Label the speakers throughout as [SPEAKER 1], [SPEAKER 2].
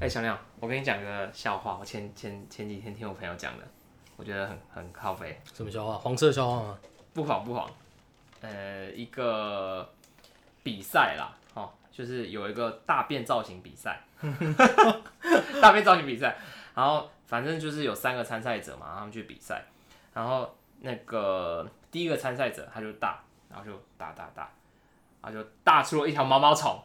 [SPEAKER 1] 哎、小鸟，我跟你讲个笑话，我前前前几天听我朋友讲的，我觉得很很靠背，
[SPEAKER 2] 什么笑话？黄色笑话吗？
[SPEAKER 1] 不好不好。呃，一个比赛啦，哦，就是有一个大便造型比赛， 大便造型比赛，然后反正就是有三个参赛者嘛，他们去比赛，然后那个第一个参赛者他就大，然后就大大大，然后就大出了一条毛毛虫，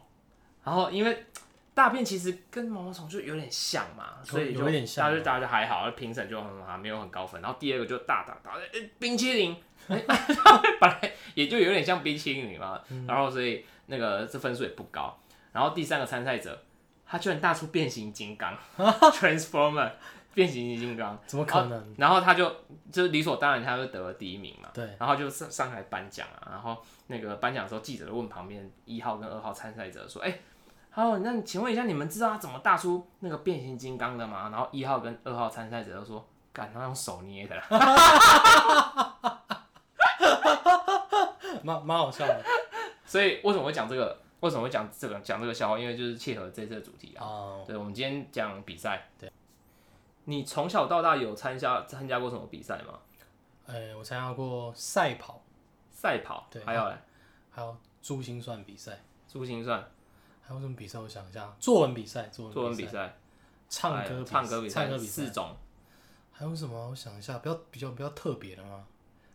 [SPEAKER 1] 然后因为大便其实跟毛毛虫就有点像嘛，所以就
[SPEAKER 2] 有点像啊
[SPEAKER 1] 大家就大家就还好，评审就很好，没有很高分。然后第二个就大大大，哎、冰淇淋，哎 本来也就有点像冰淇淋嘛，
[SPEAKER 2] 嗯
[SPEAKER 1] 然后所以那个这分数也不高。然后第三个参赛者，他居然大出变形金 刚，Transformer 变形金刚，
[SPEAKER 2] 怎么可能？
[SPEAKER 1] 然后他就就是理所当然，他就得了第一名嘛。
[SPEAKER 2] 对，
[SPEAKER 1] 然后就上上台颁奖啊，然后那个颁奖的时候，记者就问旁边一号跟二号参赛者说：“哎、还有那你请问一下，你们知道他怎么大出那个变形金刚的吗？”然后一号跟二号参赛者就说：“干，他用手捏的啦。
[SPEAKER 2] 蛮蛮好笑 的”
[SPEAKER 1] 所以为什么会讲这个？为什么会讲这个讲这个笑话？因为就是切合这次的主题啊。
[SPEAKER 2] 啊。
[SPEAKER 1] 对，我们今天讲比赛。对，你从小到大有参加参加过什么比赛吗？
[SPEAKER 2] 哎，我参加过赛跑，
[SPEAKER 1] 赛跑，
[SPEAKER 2] 对
[SPEAKER 1] 还有嘞，
[SPEAKER 2] 还有珠心算比赛，
[SPEAKER 1] 珠心算、
[SPEAKER 2] 还有什么比赛？我想一下，作文比赛，作文
[SPEAKER 1] 作文
[SPEAKER 2] 比
[SPEAKER 1] 比
[SPEAKER 2] 赛，
[SPEAKER 1] 赛、
[SPEAKER 2] 唱
[SPEAKER 1] 还有
[SPEAKER 2] 歌
[SPEAKER 1] 哎唱歌比
[SPEAKER 2] 唱
[SPEAKER 1] 赛
[SPEAKER 2] 歌比
[SPEAKER 1] 四
[SPEAKER 2] 赛，
[SPEAKER 1] 种。
[SPEAKER 2] 还有什么？我想一下，比较比较比较特别的吗？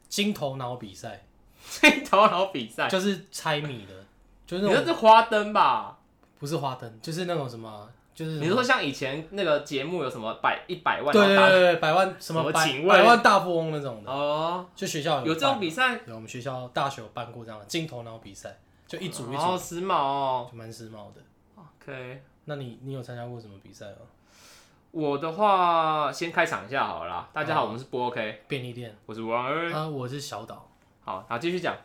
[SPEAKER 2] 金头脑比赛，
[SPEAKER 1] 金头脑比赛，
[SPEAKER 2] 就是猜 谜的，就是
[SPEAKER 1] 你
[SPEAKER 2] 那
[SPEAKER 1] 说
[SPEAKER 2] 种
[SPEAKER 1] 是花灯吧？
[SPEAKER 2] 不是花灯，就是那种什么，就是
[SPEAKER 1] 你
[SPEAKER 2] 什么
[SPEAKER 1] 说像以前那个节目有什么百一百万
[SPEAKER 2] 对对
[SPEAKER 1] 然后
[SPEAKER 2] 对
[SPEAKER 1] 打
[SPEAKER 2] 对，百万什
[SPEAKER 1] 什么
[SPEAKER 2] 么百
[SPEAKER 1] 请问
[SPEAKER 2] 百万大富翁那种的，
[SPEAKER 1] 哦，
[SPEAKER 2] 就学校
[SPEAKER 1] 有这种
[SPEAKER 2] 办
[SPEAKER 1] 比赛，
[SPEAKER 2] 有我们学校大学有办过这样的金头脑比赛，就一组一
[SPEAKER 1] 好
[SPEAKER 2] 组，
[SPEAKER 1] 时髦哦。
[SPEAKER 2] 就蛮时髦的。
[SPEAKER 1] OK，
[SPEAKER 2] 那你你有参加过什么比赛吗？
[SPEAKER 1] 我的话先开场一下好了啦。大家好，我们是不 OK，
[SPEAKER 2] 便利店
[SPEAKER 1] 我是王二。
[SPEAKER 2] 啊，我是小岛，
[SPEAKER 1] 好，好，继续讲。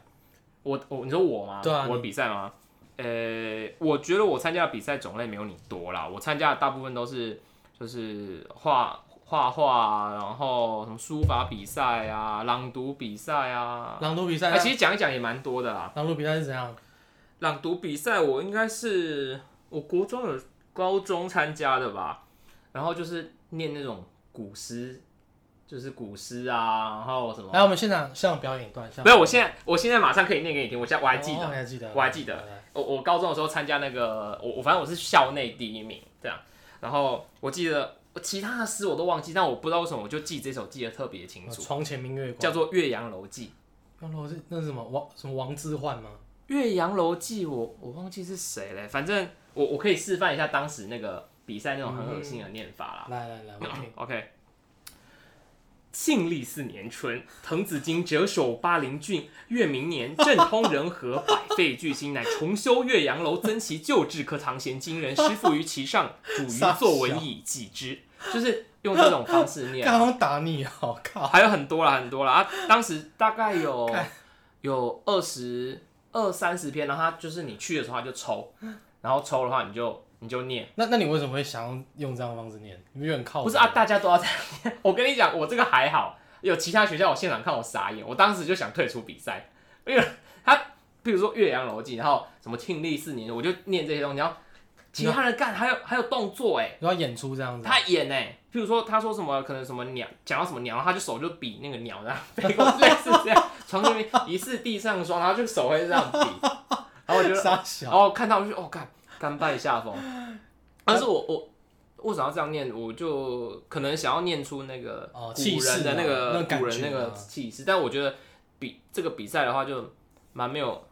[SPEAKER 1] 我我你说我吗？
[SPEAKER 2] 对啊
[SPEAKER 1] 我的比赛吗？呃，我觉得我参加的比赛种类没有你多啦。我参加的大部分都是就是画画画啊，然后什么书法比赛啊、朗读比赛啊。
[SPEAKER 2] 朗读比赛
[SPEAKER 1] 哎，
[SPEAKER 2] 啊，
[SPEAKER 1] 其实讲一讲也蛮多的啦。
[SPEAKER 2] 朗读比赛是怎样？
[SPEAKER 1] 朗读比赛，我应该是我国中有高中参加的吧，然后就是念那种古诗，就是古诗啊，然后什么？
[SPEAKER 2] 来，我们现场现场表演一段，
[SPEAKER 1] 没有，我
[SPEAKER 2] 现
[SPEAKER 1] 现在我现在马上可以念给你听，我现在我
[SPEAKER 2] 场
[SPEAKER 1] 还记
[SPEAKER 2] 哦
[SPEAKER 1] 得，
[SPEAKER 2] 你还记得，
[SPEAKER 1] 我还记得
[SPEAKER 2] 来。来
[SPEAKER 1] 我我高中的时候参加那个，我我反正我是校内第一名这样，然后我记得我其他的诗我都忘记，但我不知道为什么我就记这首记得特别清
[SPEAKER 2] 来
[SPEAKER 1] 楚，
[SPEAKER 2] 床前明月光，
[SPEAKER 1] 叫做《岳阳楼记》。
[SPEAKER 2] 然后是那是什么王什么王之涣吗？
[SPEAKER 1] 《岳阳楼记》我，我忘记是谁嘞，反正我我可以示范一下当时那个比赛那种很恶心的念法啦。
[SPEAKER 2] 来来来，我
[SPEAKER 1] 嗯
[SPEAKER 2] 听
[SPEAKER 1] OK，庆历四年春，滕子京谪守巴陵郡，越明年政通人和，百废俱兴，乃重修岳阳楼，增其旧制，可堂贤今人，师傅于其上，主
[SPEAKER 2] 傻
[SPEAKER 1] 于作文
[SPEAKER 2] 笑
[SPEAKER 1] 以记之。就是用这种方式 念啊，
[SPEAKER 2] 刚刚打你哦，靠！
[SPEAKER 1] 还有很多啦，很多啦。啊，当时大概有有二十二三十篇，然后他就是你去的时候他就抽，然后抽的话你就你就念，
[SPEAKER 2] 那那你为什么会想要用这样的方式念？你不觉得很靠？
[SPEAKER 1] 不是啊，，大家都要这样念。我跟你讲，我这个还好，有其他学校我现场看我傻眼，我当时就想退出比赛，因为他比如说《岳阳楼记》，然后什么庆历四年，我就念这些东西，然后其他人干还有还有动作哎、
[SPEAKER 2] 你要演出这样子啊，
[SPEAKER 1] 他演哎、譬如说他说什么可能什么鸟讲到什么鸟，然后他就手就比那个鸟这样飞过， 类似这样，床上面疑似地上霜，然后就手会这样比，然后我觉得，
[SPEAKER 2] 傻
[SPEAKER 1] 然
[SPEAKER 2] 小，
[SPEAKER 1] 后看到我就哦干甘拜下 风，但是我我为什么要这样念？我就可能想要念出那个
[SPEAKER 2] 哦气
[SPEAKER 1] 古
[SPEAKER 2] 势啊
[SPEAKER 1] 人的那
[SPEAKER 2] 那
[SPEAKER 1] 个
[SPEAKER 2] 感
[SPEAKER 1] 古人
[SPEAKER 2] 觉
[SPEAKER 1] 那个
[SPEAKER 2] 啊
[SPEAKER 1] 气势，但我觉得比这个比赛的话就蛮没有，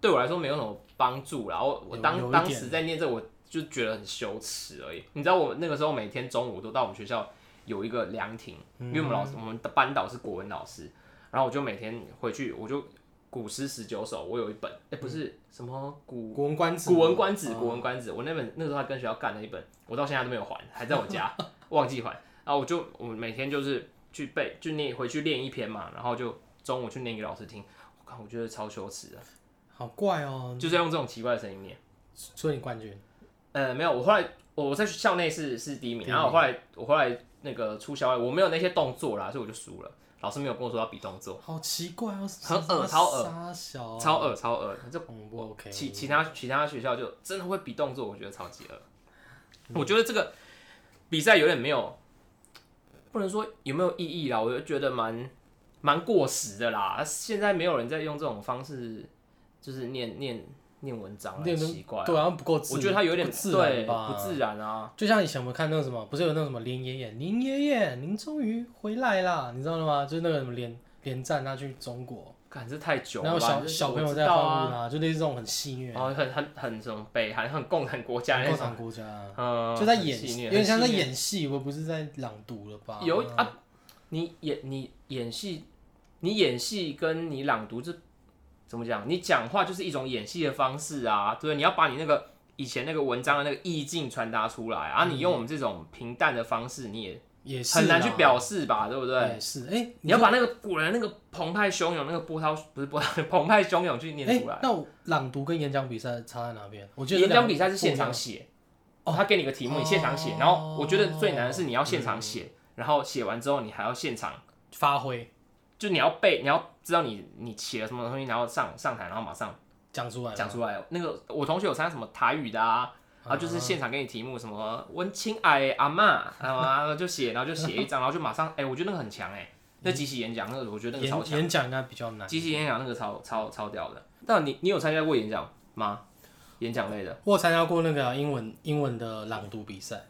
[SPEAKER 1] 对我来说没有什么帮助啦。我我
[SPEAKER 2] 有
[SPEAKER 1] 当
[SPEAKER 2] 有一
[SPEAKER 1] 当
[SPEAKER 2] 点
[SPEAKER 1] 时在念这个我就觉得很羞耻而已。你知道我那个时候每天中午都到我们学校有一个凉亭，因
[SPEAKER 2] 嗯
[SPEAKER 1] 为我们老师我们的班导是国文老师，然后我就每天回去我就古诗十九首，我有一本，哎、
[SPEAKER 2] 嗯
[SPEAKER 1] 不是什么古
[SPEAKER 2] 古文观止，
[SPEAKER 1] 古文观止，
[SPEAKER 2] 哦
[SPEAKER 1] 古文观止，我那本那时候还跟学校干了一本，我到现在都没有还，还在我家， 忘记还。然后我就我每天就是去背，就念回去练一篇嘛，然后就中午去念给老师听。我看我觉得超羞耻的，
[SPEAKER 2] 好怪哦，
[SPEAKER 1] 就是要用这种奇怪的声音念。
[SPEAKER 2] 所以你冠军
[SPEAKER 1] 呃，没有，我后来我我在校内是是第一名，
[SPEAKER 2] 第一名
[SPEAKER 1] 然后我后来我后来那个出校外，我没有那些动作啦，所以我就输了。老师没有跟我说要比动作，
[SPEAKER 2] 好奇怪哦，
[SPEAKER 1] 很恶超恶
[SPEAKER 2] 傻小啊，
[SPEAKER 1] 超恶超恶，这
[SPEAKER 2] 嗯不 OK，
[SPEAKER 1] 其其他其他学校就真的会比动作，我觉得超级恶。
[SPEAKER 2] 嗯
[SPEAKER 1] 我觉得这个比赛有点没有，不能说有没有意义啦，我就觉得蛮蛮过时的啦。现在没有人在用这种方式，就是念念念文章了，
[SPEAKER 2] 念
[SPEAKER 1] 奇怪啊。
[SPEAKER 2] 对啊，不够自，
[SPEAKER 1] 我觉得他有点
[SPEAKER 2] 不自
[SPEAKER 1] 对
[SPEAKER 2] 然吧，
[SPEAKER 1] 不自然啊。
[SPEAKER 2] 就像以前我们看那个什么，不是有那个什么连爷爷，林爷爷，您终于回来啦，你知道了吗？就是那个什么连连战他去中国，
[SPEAKER 1] 感这太久了
[SPEAKER 2] 然后
[SPEAKER 1] 吧，
[SPEAKER 2] 小
[SPEAKER 1] 这
[SPEAKER 2] 小
[SPEAKER 1] 我
[SPEAKER 2] 朋友
[SPEAKER 1] 知
[SPEAKER 2] 在
[SPEAKER 1] 道
[SPEAKER 2] 欢
[SPEAKER 1] 啊
[SPEAKER 2] 呼，他，就类似这种很戏虐
[SPEAKER 1] 然，后很很很什么北韩，很共产国家那
[SPEAKER 2] 共
[SPEAKER 1] 种，
[SPEAKER 2] 产国家，啊
[SPEAKER 1] 嗯，
[SPEAKER 2] 就在
[SPEAKER 1] 很
[SPEAKER 2] 演，
[SPEAKER 1] 戏虐
[SPEAKER 2] 有点像在。
[SPEAKER 1] 很戏虐
[SPEAKER 2] 演戏，我不是在朗读了吧？
[SPEAKER 1] 有啊，你演你演戏，你演戏跟你朗读这怎么讲？你讲话就是一种演戏的方式啊，对，你要把你那个以前那个文章的那个意境传达出来啊。你用我们这种平淡的方式，你也
[SPEAKER 2] 也是
[SPEAKER 1] 很难
[SPEAKER 2] 啦
[SPEAKER 1] 去表示吧，对不对？
[SPEAKER 2] 也是，哎，
[SPEAKER 1] 你要把那个古人那个澎湃汹涌，那个波涛不是波涛， 澎湃汹涌去念
[SPEAKER 2] 哎
[SPEAKER 1] 出来。，
[SPEAKER 2] 那我朗读跟演讲比赛差在哪边？我觉得
[SPEAKER 1] 演
[SPEAKER 2] 这
[SPEAKER 1] 讲
[SPEAKER 2] 两个
[SPEAKER 1] 比赛是现
[SPEAKER 2] 不一
[SPEAKER 1] 场
[SPEAKER 2] 样
[SPEAKER 1] 写，哦，他给你个题目，你现场写，然后我觉得最难的是你要现场写，
[SPEAKER 2] 嗯
[SPEAKER 1] 然后写完之后你还要现场，
[SPEAKER 2] 发挥
[SPEAKER 1] 就你要背，你要知道你你写了什么东西，然后上上台，然后马上
[SPEAKER 2] 讲出来嘛，
[SPEAKER 1] 讲出来。那个我同学有参加什么台语的啊，然后
[SPEAKER 2] 嗯
[SPEAKER 1] 就是现场给你题目，什么文青矮阿妈，然后就写，然后就写一张，然后就马上，哎，我觉得那个很强哎，那即席演讲那个我觉得那个超
[SPEAKER 2] 演
[SPEAKER 1] 强，
[SPEAKER 2] 演讲应该比较难。
[SPEAKER 1] 即席演讲那个超超超屌的。那你你有参加过演讲吗？演讲类的？
[SPEAKER 2] 我有参加过那个啊英文英文的朗读比赛。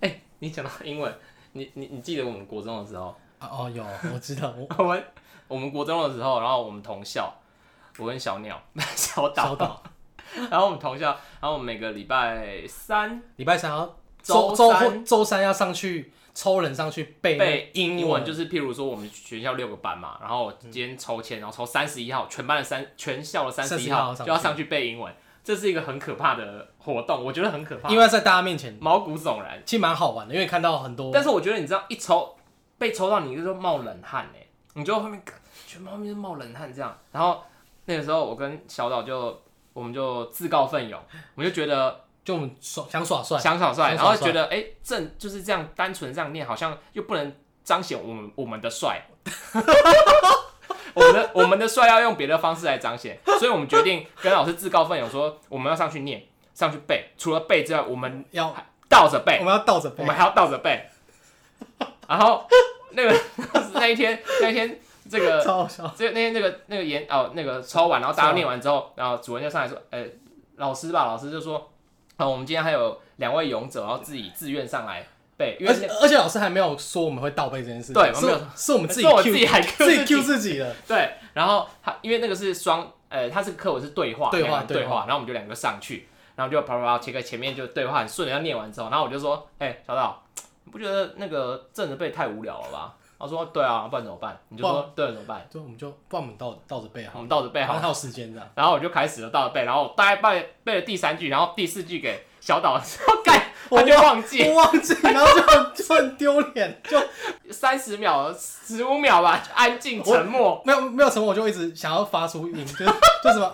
[SPEAKER 1] 哎、你讲到英文，你你你记得我们国中的时候，
[SPEAKER 2] 啊哦，有，我知道，我
[SPEAKER 1] 我们我们国中的时候，然后我们同校，我跟小鸟 小岛，
[SPEAKER 2] 小岛，
[SPEAKER 1] 然后我们同校，然后我们每个礼拜三
[SPEAKER 2] 礼拜三要
[SPEAKER 1] 周
[SPEAKER 2] 周周
[SPEAKER 1] 三
[SPEAKER 2] 或周三要上去抽人上去背
[SPEAKER 1] 背
[SPEAKER 2] 那英
[SPEAKER 1] 英文，就是譬如说我们学校六个班嘛，然后我今天抽签，然后抽三十一号，全班的三全校的三十一
[SPEAKER 2] 31号
[SPEAKER 1] 号
[SPEAKER 2] 上去
[SPEAKER 1] 就要上去背英文，这是一个很可怕的活动，我觉得很可怕，
[SPEAKER 2] 因为在大家面前
[SPEAKER 1] 毛骨悚然。
[SPEAKER 2] 其实蛮好玩的，因为看到很多
[SPEAKER 1] 但是我觉得你知道，一抽被抽到，你就是冒冷汗哎、你就后面全部后面就冒冷汗这样。然后那个时候我跟小岛就我们就自告奋勇，我们就觉得
[SPEAKER 2] 就我们耍想耍帅，
[SPEAKER 1] 想耍帅，
[SPEAKER 2] 想
[SPEAKER 1] 然
[SPEAKER 2] 耍
[SPEAKER 1] 后
[SPEAKER 2] 帅
[SPEAKER 1] 觉得哎、正就是这样单纯这样念，好像又不能彰显我们我们的 帅。我们的我们的帅要用别的方式来彰显，所以我们决定跟老师自告奋勇说，我们要上去念，上去背。除了背之外，我们
[SPEAKER 2] 要
[SPEAKER 1] 倒着背
[SPEAKER 2] 我。们要倒着背
[SPEAKER 1] 我，们还要倒着背。然后那个 那一天那一天这个
[SPEAKER 2] 超好笑。
[SPEAKER 1] 这那天这个那个研哦那个抽完，然后大家念完之后，然后主任就上来说，呃，老师吧，老师就说，啊、我们今天还有两位勇者，然后自己自愿上来背，因为
[SPEAKER 2] 而且而且老师还没有说我们会倒背这件事情，
[SPEAKER 1] 对我
[SPEAKER 2] 是
[SPEAKER 1] 没有
[SPEAKER 2] 是我们自己
[SPEAKER 1] 是我自己
[SPEAKER 2] Q
[SPEAKER 1] 还 Q
[SPEAKER 2] 己 Q 自己的，
[SPEAKER 1] 对，然后他因为那个是双，呃，他是课文是对话，
[SPEAKER 2] 对话
[SPEAKER 1] 两个人对
[SPEAKER 2] 对话
[SPEAKER 1] 然后我们就两个上去，然后就啪啪啪，前个前面就对话很顺的要念完之后，然后我就说，哎、小岛，你不觉得那个正着背太无聊了吧？他说，对啊，不然怎么办？你就说，对了，啊怎么办？
[SPEAKER 2] 就我们就不然我们倒倒着背好
[SPEAKER 1] 我
[SPEAKER 2] 了，
[SPEAKER 1] 们倒着背好
[SPEAKER 2] 然后
[SPEAKER 1] 了，
[SPEAKER 2] 还有时间这样。
[SPEAKER 1] 然后我就开始了倒着背，然后大概背背了第三句，然后第四句给小岛的时候，干他就忘记
[SPEAKER 2] 我忘记，然后就很就很丢脸，就
[SPEAKER 1] 三十秒、十五秒吧，就安静沉默。
[SPEAKER 2] 没有没有成果，我就一直想要发出音，就是 就什么，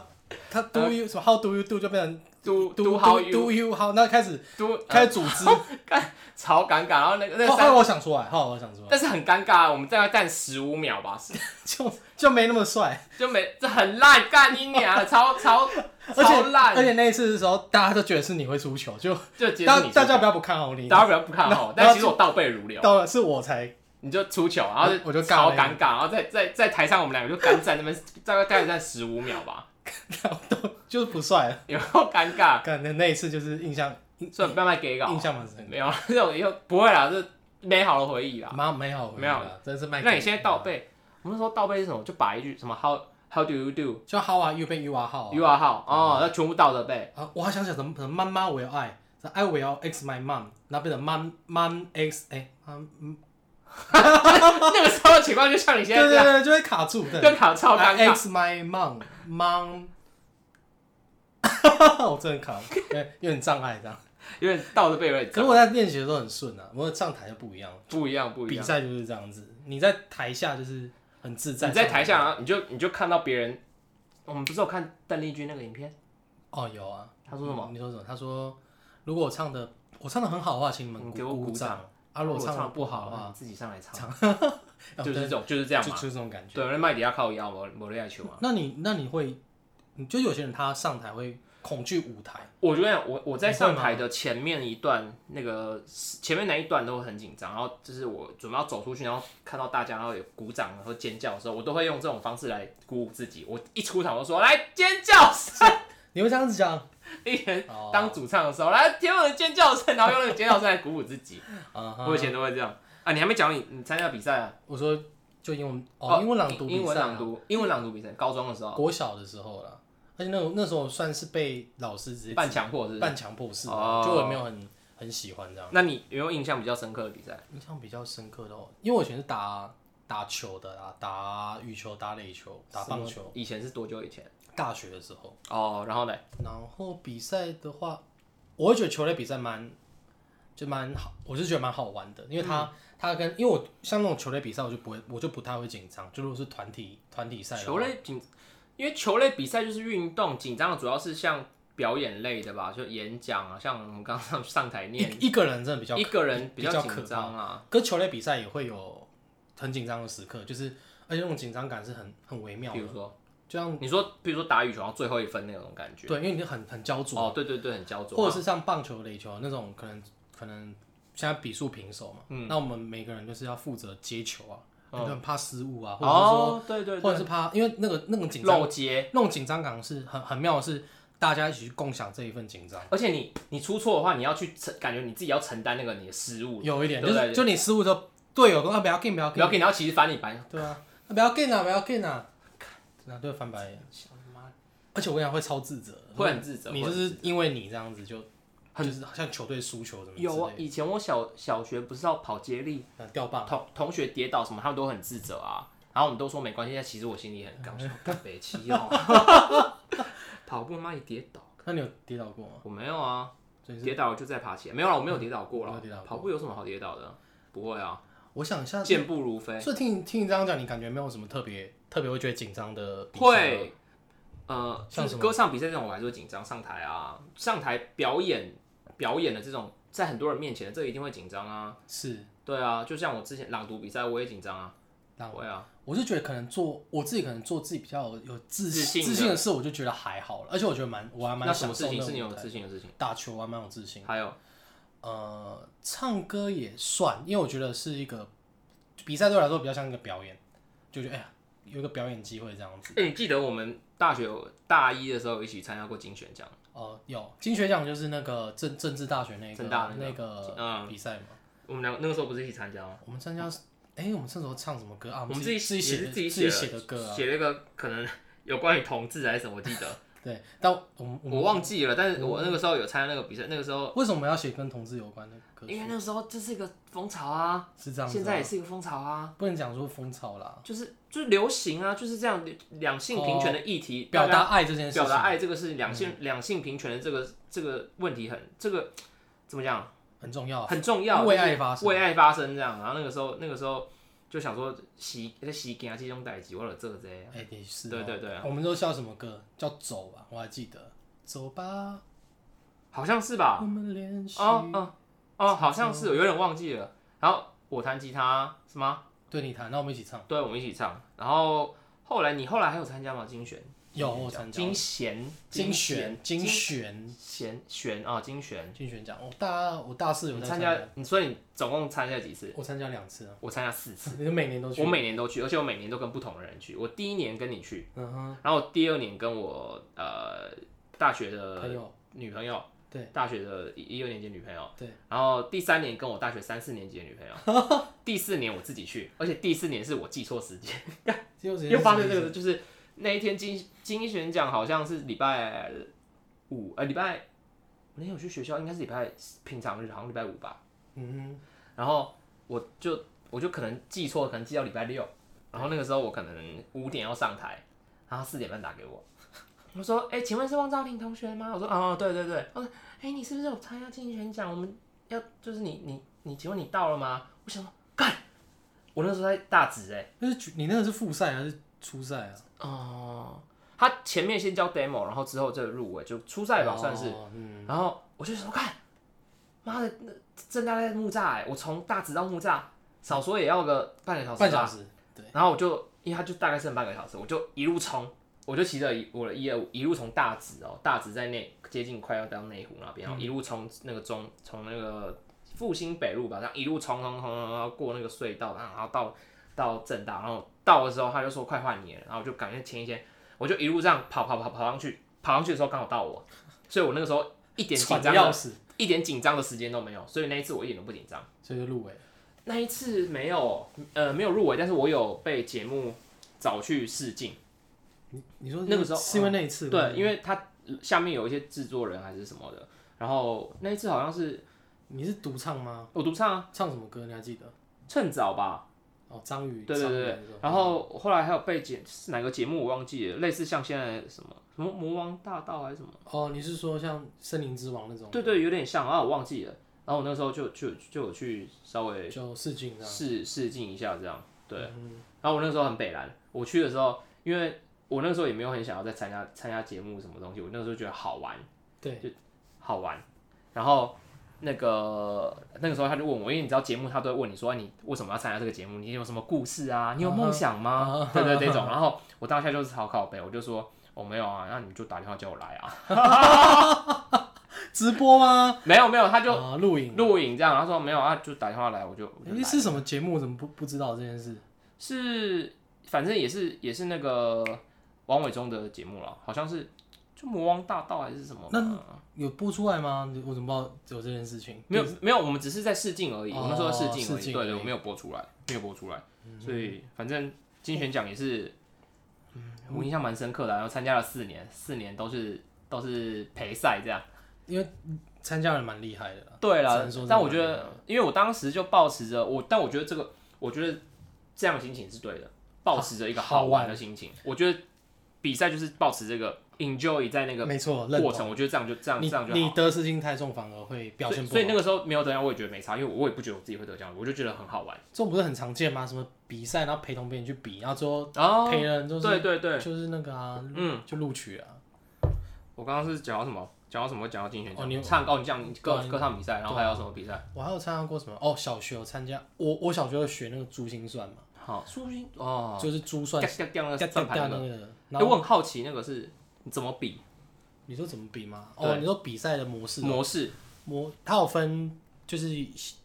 [SPEAKER 2] 他 do you 什么 how do you do 就变成
[SPEAKER 1] 呃 Do
[SPEAKER 2] do
[SPEAKER 1] do how
[SPEAKER 2] do
[SPEAKER 1] you 呃
[SPEAKER 2] you how，那开始
[SPEAKER 1] do
[SPEAKER 2] 开始哦组织，后
[SPEAKER 1] 超尴尬，然后那个那个
[SPEAKER 2] 后
[SPEAKER 1] 三
[SPEAKER 2] 来我想出来，后来我想出来，
[SPEAKER 1] 但是很尴尬，我们大概站十五秒吧，是
[SPEAKER 2] 就就没那么帅，
[SPEAKER 1] 就没这很烂，干你娘 的，超超超
[SPEAKER 2] 而且而且
[SPEAKER 1] 烂，
[SPEAKER 2] 那一次的时候，大家都觉得是你会出球，就
[SPEAKER 1] 就结
[SPEAKER 2] 大
[SPEAKER 1] 束你
[SPEAKER 2] 大家不
[SPEAKER 1] 要
[SPEAKER 2] 要不看好你，
[SPEAKER 1] 大家不要不看好，
[SPEAKER 2] 然
[SPEAKER 1] 但
[SPEAKER 2] 后
[SPEAKER 1] 其实我倒背如流，
[SPEAKER 2] 到了是我才
[SPEAKER 1] 你就出糗，然后
[SPEAKER 2] 我就尬
[SPEAKER 1] 超
[SPEAKER 2] 了
[SPEAKER 1] 尴尬，然后在在在台上我们两个就干站那边，大概大概站十五秒吧，
[SPEAKER 2] 就是不帅了，
[SPEAKER 1] 有够尴尬，
[SPEAKER 2] 感觉那一次就是印象印
[SPEAKER 1] 所以慢慢给搞
[SPEAKER 2] 印，象蛮深
[SPEAKER 1] 没有这种以后不会啦，这美好的回忆
[SPEAKER 2] 的，
[SPEAKER 1] 啦。
[SPEAKER 2] 蛮美好的，
[SPEAKER 1] 没有
[SPEAKER 2] 真是卖给。
[SPEAKER 1] 那你现在倒背，我们那时候倒背是什么？就把一句什么 How How do you do
[SPEAKER 2] 就 how are you 被 you are how 啊
[SPEAKER 1] you are how 哦，那全部倒着背，
[SPEAKER 2] 啊，我还想想怎么可能妈妈我要爱，是 I will x my mom，然后变成 mom mom x 哎、嗯嗯，
[SPEAKER 1] 那个时候的情况就像你现
[SPEAKER 2] 对
[SPEAKER 1] 在这
[SPEAKER 2] 对
[SPEAKER 1] 样，
[SPEAKER 2] 对，就会卡住， 对，哎啊
[SPEAKER 1] 就考超尴尬。
[SPEAKER 2] x my mom mom，我真的卡，对，有点障碍 这样。
[SPEAKER 1] 有点倒着背有点
[SPEAKER 2] 可是
[SPEAKER 1] 脏，
[SPEAKER 2] 我在练习的时候很顺啊，我上台就不一样，
[SPEAKER 1] 不一样不一
[SPEAKER 2] 比
[SPEAKER 1] 样。
[SPEAKER 2] 赛就是这样子，你在台下就是很自在。
[SPEAKER 1] 你在台下，然后你就你就看到别人，我们不是有看邓丽君那个影片，
[SPEAKER 2] 哦有啊，
[SPEAKER 1] 他说什么？
[SPEAKER 2] 你说什么？他说如果我唱的我唱的很好的话，请你们
[SPEAKER 1] 你
[SPEAKER 2] 鼓
[SPEAKER 1] 给我鼓
[SPEAKER 2] 鼓
[SPEAKER 1] 掌
[SPEAKER 2] 掌。啊，如
[SPEAKER 1] 如
[SPEAKER 2] 果
[SPEAKER 1] 果
[SPEAKER 2] 唱的
[SPEAKER 1] 得
[SPEAKER 2] 不好的
[SPEAKER 1] 啊，
[SPEAKER 2] 话
[SPEAKER 1] 你，自己上来唱，
[SPEAKER 2] 哦
[SPEAKER 1] 就是这
[SPEAKER 2] 对
[SPEAKER 1] 种就是这样
[SPEAKER 2] 就
[SPEAKER 1] 嘛
[SPEAKER 2] 就。是这种感觉。
[SPEAKER 1] 对，那麦迪亚靠腰，我我练球嘛。啊
[SPEAKER 2] 那你那你会，你就有些人他上台会恐惧舞台，
[SPEAKER 1] 我觉得我我在
[SPEAKER 2] 你会吗
[SPEAKER 1] 上台的前面一段，那个前面那一段都很紧张，然后就是我准备要走出去，然后看到大家然后有鼓掌然后尖叫的时候，我都会用这种方式来鼓舞自己。我一出场我就说来尖叫声，
[SPEAKER 2] 你会这样子讲？
[SPEAKER 1] 一人
[SPEAKER 2] 哦
[SPEAKER 1] 哎当主唱的时候来听我的尖叫声，然后用那个尖叫声来鼓舞自己。
[SPEAKER 2] 啊哈
[SPEAKER 1] 我以前都会这样啊，你还没讲你你参加比赛啊？
[SPEAKER 2] 我说就英文哦，英文朗读
[SPEAKER 1] 英
[SPEAKER 2] 比
[SPEAKER 1] 文
[SPEAKER 2] 赛
[SPEAKER 1] 朗
[SPEAKER 2] 啊，
[SPEAKER 1] 读，英文朗读比赛，高中的时候
[SPEAKER 2] 国小的时候啦，而且那种那时候算是被老师直接
[SPEAKER 1] 半强迫是不是？
[SPEAKER 2] 半强迫式
[SPEAKER 1] 哦
[SPEAKER 2] 的，就我没有很很喜欢这样。
[SPEAKER 1] 那你有没有印象比较深刻的比赛？
[SPEAKER 2] 印象比较深刻的哦，因为我以前是打打球的啦，打羽球、打垒球、打棒球。
[SPEAKER 1] 以前是多久以前？
[SPEAKER 2] 大学的时候，
[SPEAKER 1] 哦，然后呢？
[SPEAKER 2] 然后比赛的话，我会觉得球类比赛蛮就蛮好，我是觉得蛮好玩的，因为它、
[SPEAKER 1] 嗯
[SPEAKER 2] 它跟因为我像那种球类比赛，我就不会，我就不太会紧张。就如果是团体团体赛的话，
[SPEAKER 1] 球类紧，因为球类比赛就是运动，紧张的主要是像表演类的吧，就演讲啊，像我们刚上上台念，
[SPEAKER 2] 一一个人 真的比较
[SPEAKER 1] 一个人比
[SPEAKER 2] 比较
[SPEAKER 1] 较
[SPEAKER 2] 可
[SPEAKER 1] 紧张啊。
[SPEAKER 2] 跟球类比赛也会有很紧张的时刻，就是而且那种紧张感是很很微妙
[SPEAKER 1] 比
[SPEAKER 2] 的，
[SPEAKER 1] 如说，
[SPEAKER 2] 就像
[SPEAKER 1] 你说，比如说打羽球，然后最后一分那种感觉。
[SPEAKER 2] 对，因为你就很很焦灼，啊
[SPEAKER 1] 哦，对对对，很焦灼。
[SPEAKER 2] 或者是像棒球、垒球啊那种，可能可能现在比数平手嘛，那我们每个人就是要负责接球啊，
[SPEAKER 1] 嗯
[SPEAKER 2] 就很怕失误啊，或者是说，
[SPEAKER 1] 哦，对对
[SPEAKER 2] 或
[SPEAKER 1] 对，
[SPEAKER 2] 者是怕因为那个那种紧张，
[SPEAKER 1] 漏接，
[SPEAKER 2] 那种紧张感是很很妙的是，大家一起去共享这一份紧张。
[SPEAKER 1] 而且你你出错的话，你要去承，感觉你自己要承担那个你的失误。
[SPEAKER 2] 有一点
[SPEAKER 1] 对
[SPEAKER 2] 就
[SPEAKER 1] 不对
[SPEAKER 2] 是，就你失误的队友跟啊不要 game 不要
[SPEAKER 1] 不要
[SPEAKER 2] game，
[SPEAKER 1] 给你，然后其实翻你白眼。
[SPEAKER 2] 对啊，啊不要 game 啊不要 game 啊，然后就会翻白眼。而且我跟你讲会超自责，
[SPEAKER 1] 会很自责
[SPEAKER 2] 你
[SPEAKER 1] 会
[SPEAKER 2] 就
[SPEAKER 1] 很
[SPEAKER 2] 是因为你这样子就
[SPEAKER 1] 很
[SPEAKER 2] 就是像球队输球什么之类的
[SPEAKER 1] 有啊，以前我小小学不是要跑接力，
[SPEAKER 2] 啊掉棒。
[SPEAKER 1] 同同学跌倒什么，他们都很自责啊。然后我们都说没关系，但其实我心里很刚， 说干北七哦，跑步妈也跌倒，
[SPEAKER 2] 那你有跌倒过吗？
[SPEAKER 1] 我没有啊，
[SPEAKER 2] 哦所以是嗯
[SPEAKER 1] 跌倒了就再爬起来，没有啦，我没有跌倒过
[SPEAKER 2] 没有
[SPEAKER 1] 了
[SPEAKER 2] 跌倒，过
[SPEAKER 1] 跑步有什么好跌倒的？不会啊，
[SPEAKER 2] 我想一下，
[SPEAKER 1] 健步如飞。
[SPEAKER 2] 所以听你听你这样讲，你感觉没有什么特别特别会觉得紧张的比赛吗
[SPEAKER 1] 会，呃，
[SPEAKER 2] 像
[SPEAKER 1] 就
[SPEAKER 2] 什
[SPEAKER 1] 是
[SPEAKER 2] 么
[SPEAKER 1] 歌唱比赛这种，我还是会紧张。上台啊，上台表演表演的这种，在很多人面前，这一定会紧张啊。
[SPEAKER 2] 是，
[SPEAKER 1] 对啊，就像我之前朗读比赛，我也紧张啊，
[SPEAKER 2] 那
[SPEAKER 1] 会啊。
[SPEAKER 2] 我是觉得可能做我自己可能做自己比较有有自
[SPEAKER 1] 自信的
[SPEAKER 2] 自信的事，我就觉得还好了，而且我觉得蛮我还蛮
[SPEAKER 1] 那什
[SPEAKER 2] 享
[SPEAKER 1] 么
[SPEAKER 2] 受
[SPEAKER 1] 事情
[SPEAKER 2] 那
[SPEAKER 1] 是你有
[SPEAKER 2] 种
[SPEAKER 1] 自信的事情？
[SPEAKER 2] 打球，我还蛮有自信。
[SPEAKER 1] 还有
[SPEAKER 2] 呃，唱歌也算，因为我觉得是一个比赛对我来说比较像一个表演，就觉得哎呀有一个表演机会这样子。
[SPEAKER 1] 哎、你记得我们大学有大一的时候一起参加过金选奖，
[SPEAKER 2] 哦、有金学奖就是那个政政治大学那个
[SPEAKER 1] 政大
[SPEAKER 2] 那
[SPEAKER 1] 那
[SPEAKER 2] 个
[SPEAKER 1] 嗯
[SPEAKER 2] 比赛嘛，
[SPEAKER 1] 我们两个那个时候不是一起参加吗？
[SPEAKER 2] 我们参加。哎、我们那时候唱什么歌啊？
[SPEAKER 1] 我们
[SPEAKER 2] 们
[SPEAKER 1] 自己
[SPEAKER 2] 自己写
[SPEAKER 1] 也
[SPEAKER 2] 的
[SPEAKER 1] 是自己
[SPEAKER 2] 自己
[SPEAKER 1] 写
[SPEAKER 2] 写的歌啊。
[SPEAKER 1] 写了一个可能 有关于同志还是什么，我记得
[SPEAKER 2] 对，但我 们我们
[SPEAKER 1] 我忘记了，但是我那个时候有参加那个比赛，那个时候
[SPEAKER 2] 为什么要写跟同志有关的歌
[SPEAKER 1] 因为
[SPEAKER 2] 曲？
[SPEAKER 1] 那个时候这是一个风潮啊，
[SPEAKER 2] 是这样子啊、
[SPEAKER 1] 现在也是一个风潮啊，
[SPEAKER 2] 不能讲说风潮啦，
[SPEAKER 1] 就是就是流行啊，就是这样两性平权的议题，
[SPEAKER 2] 哦表
[SPEAKER 1] 大
[SPEAKER 2] 达爱这
[SPEAKER 1] 家
[SPEAKER 2] 件事情，嗯
[SPEAKER 1] 表达爱这个是两性两、性平权的这个这个问题很这个怎么讲？
[SPEAKER 2] 很重要啊，
[SPEAKER 1] 很重要，
[SPEAKER 2] 为爱发声
[SPEAKER 1] 为爱发声这样。然后那个时候，那个时候就想说，洗在洗给啊，这种代际，我有这个这样。
[SPEAKER 2] 哎、也是、
[SPEAKER 1] 对对对啊，
[SPEAKER 2] 我们都叫什么歌？叫走吧，我还记得，走吧，
[SPEAKER 1] 好像是吧？
[SPEAKER 2] 我们练习。
[SPEAKER 1] 哦哦哦，好像
[SPEAKER 2] 啊
[SPEAKER 1] 是，我有点忘记了。然后我弹吉他是吗？
[SPEAKER 2] 对你弹，那我们一起唱。
[SPEAKER 1] 对，我们一起唱。然后后来你后来还有参加吗？精选
[SPEAKER 2] 有我参加
[SPEAKER 1] 金弦
[SPEAKER 2] 金选
[SPEAKER 1] 金
[SPEAKER 2] 金选
[SPEAKER 1] 弦弦啊，金弦。
[SPEAKER 2] 金选奖，我大我大四有
[SPEAKER 1] 你
[SPEAKER 2] 在
[SPEAKER 1] 参
[SPEAKER 2] 加，
[SPEAKER 1] 加，你所以你总共参加几次？
[SPEAKER 2] 我参加两次啊，
[SPEAKER 1] 我参加四次。
[SPEAKER 2] 你就每年都去。
[SPEAKER 1] 我每年都去，而且我每年都跟不同的人去。我第一年跟你去，
[SPEAKER 2] 嗯哼，
[SPEAKER 1] 然后第二年跟我呃大学
[SPEAKER 2] 朋
[SPEAKER 1] 的
[SPEAKER 2] 友
[SPEAKER 1] 女朋友，
[SPEAKER 2] 对，
[SPEAKER 1] 大学的一一二年级女朋友，
[SPEAKER 2] 对，
[SPEAKER 1] 然后第三年跟我大学三四年级的女朋 友，第四年我自己去，而且第四年是我记错时间，
[SPEAKER 2] 结果直接
[SPEAKER 1] 哎又发生这个就是那一天金金选奖好像是礼拜五，呃，礼拜我那天我去学校应该是礼拜平常日，好像礼拜五吧，
[SPEAKER 2] 嗯
[SPEAKER 1] 然后我就我就可能记错，可能记到礼拜六，然后那个时候我可能五点要上台，然后他四点半打给我， 我说：“哎、请问是汪兆林同学吗？”我说：“哦，对对对。”他说：“哎、你是不是有参加竞选奖？我们要就是你你你，请问你到了吗？”我想说，干，我那时候在大直哎、
[SPEAKER 2] 哼，那是你那个是复赛还是初赛啊？
[SPEAKER 1] 哦，他前面先交 demo，然后之后就入围，就初赛吧算是。
[SPEAKER 2] 哦嗯，
[SPEAKER 1] 然后我就说，看，妈的，那正大在木栅哎、我从大直到木栅，少说也要个半个小时吧。
[SPEAKER 2] 半小时。对，
[SPEAKER 1] 然后我就，因为他就大概剩半个小时，我就一路冲，我就骑着一我的一二五一路从大直哦，大直在内接近快要到内湖那边，然后一路从那个中从那个复兴北路吧，然后一路冲冲冲冲，然后过那个隧道，然后然后到到正大，然后到的时候他就说快换你了，然后我就赶快前一些，我就一路这样跑跑跑跑上去，跑上去的时候刚好到我，所以我那个时候一点紧
[SPEAKER 2] 喘
[SPEAKER 1] 张
[SPEAKER 2] 得
[SPEAKER 1] 的
[SPEAKER 2] 要死，
[SPEAKER 1] 一点紧张的时间都没有，所以那一次我一点都不紧张。
[SPEAKER 2] 所以就入围了。
[SPEAKER 1] 那一次没有，呃，没有入围，但是我有被节目找去试镜。
[SPEAKER 2] 你你说
[SPEAKER 1] 那个时候哦
[SPEAKER 2] 是因为那一次吗
[SPEAKER 1] 对，，因为他呃下面有一些制作人还是什么的，然后那一次好像是
[SPEAKER 2] 你是独唱吗？
[SPEAKER 1] 我独唱啊
[SPEAKER 2] 唱什么歌你还记得？
[SPEAKER 1] 趁早吧，
[SPEAKER 2] 哦，张宇。
[SPEAKER 1] 对对对对
[SPEAKER 2] 张宇那首
[SPEAKER 1] 然后后来还有被剪是哪个节目我忘记了，类似像现在什么什么魔王大道还是什么，
[SPEAKER 2] 哦，你是说像《森林之王》那种？
[SPEAKER 1] 对对，有点像啊，我忘记了。然后我那时候就就就有去稍微
[SPEAKER 2] 就试镜这样。
[SPEAKER 1] 试试镜一下这样，对。
[SPEAKER 2] 嗯
[SPEAKER 1] 然后我那时候很北蓝，我去的时候，因为我那时候也没有很想要再参加参加节目什么东西，我那时候觉得好玩，
[SPEAKER 2] 对，
[SPEAKER 1] 好玩。然后那个那个时候他就问我，因为你知道节目他都会问你说哎你为什么要参加这个节目，你有什么故事啊，你有梦想吗？对对这种。然后我当下就是超靠背，我就说我、没有啊，那你就打电话叫我来啊。
[SPEAKER 2] 直播吗？
[SPEAKER 1] 没有没有，他就
[SPEAKER 2] 啊，录影。
[SPEAKER 1] 录影这样，他说没有啊，就打电话来，我就我就
[SPEAKER 2] 诶
[SPEAKER 1] 来。
[SPEAKER 2] 是什么节目？怎么不不知道这件事？
[SPEAKER 1] 是反正也是也是那个王伟忠的节目了，好像是就魔王大道还是什么吧。
[SPEAKER 2] 那有播出来吗？我怎么不知道有这件事情？
[SPEAKER 1] 没有没有，我们只是在试镜而已。
[SPEAKER 2] 哦
[SPEAKER 1] 我们说试镜而
[SPEAKER 2] 试
[SPEAKER 1] 已，嗯
[SPEAKER 2] 镜
[SPEAKER 1] 对对，
[SPEAKER 2] 而已
[SPEAKER 1] 我没有播出来，没有播出来。所以反正金选奖也是，我印象蛮深刻的啊。然后参加了四年，四年都是都是陪赛这样。
[SPEAKER 2] 因为参加人蛮厉害的啦。
[SPEAKER 1] 对
[SPEAKER 2] 只
[SPEAKER 1] 了
[SPEAKER 2] 能说，是
[SPEAKER 1] 但我觉
[SPEAKER 2] 蛮厉害
[SPEAKER 1] 得，因为我当时就保持着我，但我觉得这个，我觉得这样的心情是对的，保持着一个
[SPEAKER 2] 好
[SPEAKER 1] 好玩
[SPEAKER 2] 玩
[SPEAKER 1] 的心情。我觉得比赛就是保持这个 enjoy 在那个
[SPEAKER 2] 没错，哦认
[SPEAKER 1] 过
[SPEAKER 2] 同
[SPEAKER 1] 程，我觉得这样就这样
[SPEAKER 2] 你
[SPEAKER 1] 这样就
[SPEAKER 2] 你
[SPEAKER 1] 好。
[SPEAKER 2] 得失心太重，反而会表
[SPEAKER 1] 所
[SPEAKER 2] 现
[SPEAKER 1] 以
[SPEAKER 2] 不好。
[SPEAKER 1] 所以那个时候没有得奖，我也觉得没差，因为我也不觉得我自己会得奖，我就觉得很好玩。
[SPEAKER 2] 这种不是很常见吗？什么比赛，然后陪同别人去比，然后最后
[SPEAKER 1] 哦
[SPEAKER 2] 陪人就是、
[SPEAKER 1] 对对对，
[SPEAKER 2] 就是那个啊，
[SPEAKER 1] 嗯，
[SPEAKER 2] 就录取啊。
[SPEAKER 1] 我刚刚是讲到什么？讲到什么？讲到竞选
[SPEAKER 2] 哦你有
[SPEAKER 1] 奖，唱高你讲你歌
[SPEAKER 2] 对啊
[SPEAKER 1] 歌唱比赛，然后还有什么比赛？
[SPEAKER 2] 我还有参加过什么？哦，小学有参加，我我小学有学那个珠心算嘛，
[SPEAKER 1] 好，苏军哦，
[SPEAKER 2] 就是珠算
[SPEAKER 1] 掉掉掉那个算盘
[SPEAKER 2] 掉
[SPEAKER 1] 那
[SPEAKER 2] 那
[SPEAKER 1] 个。
[SPEAKER 2] 个，然
[SPEAKER 1] 哎，
[SPEAKER 2] 后
[SPEAKER 1] 我很好奇那个是你怎么比
[SPEAKER 2] 你说怎么比吗？
[SPEAKER 1] 对
[SPEAKER 2] 哦，你说比赛的模式
[SPEAKER 1] 模式？
[SPEAKER 2] 模，它有分就是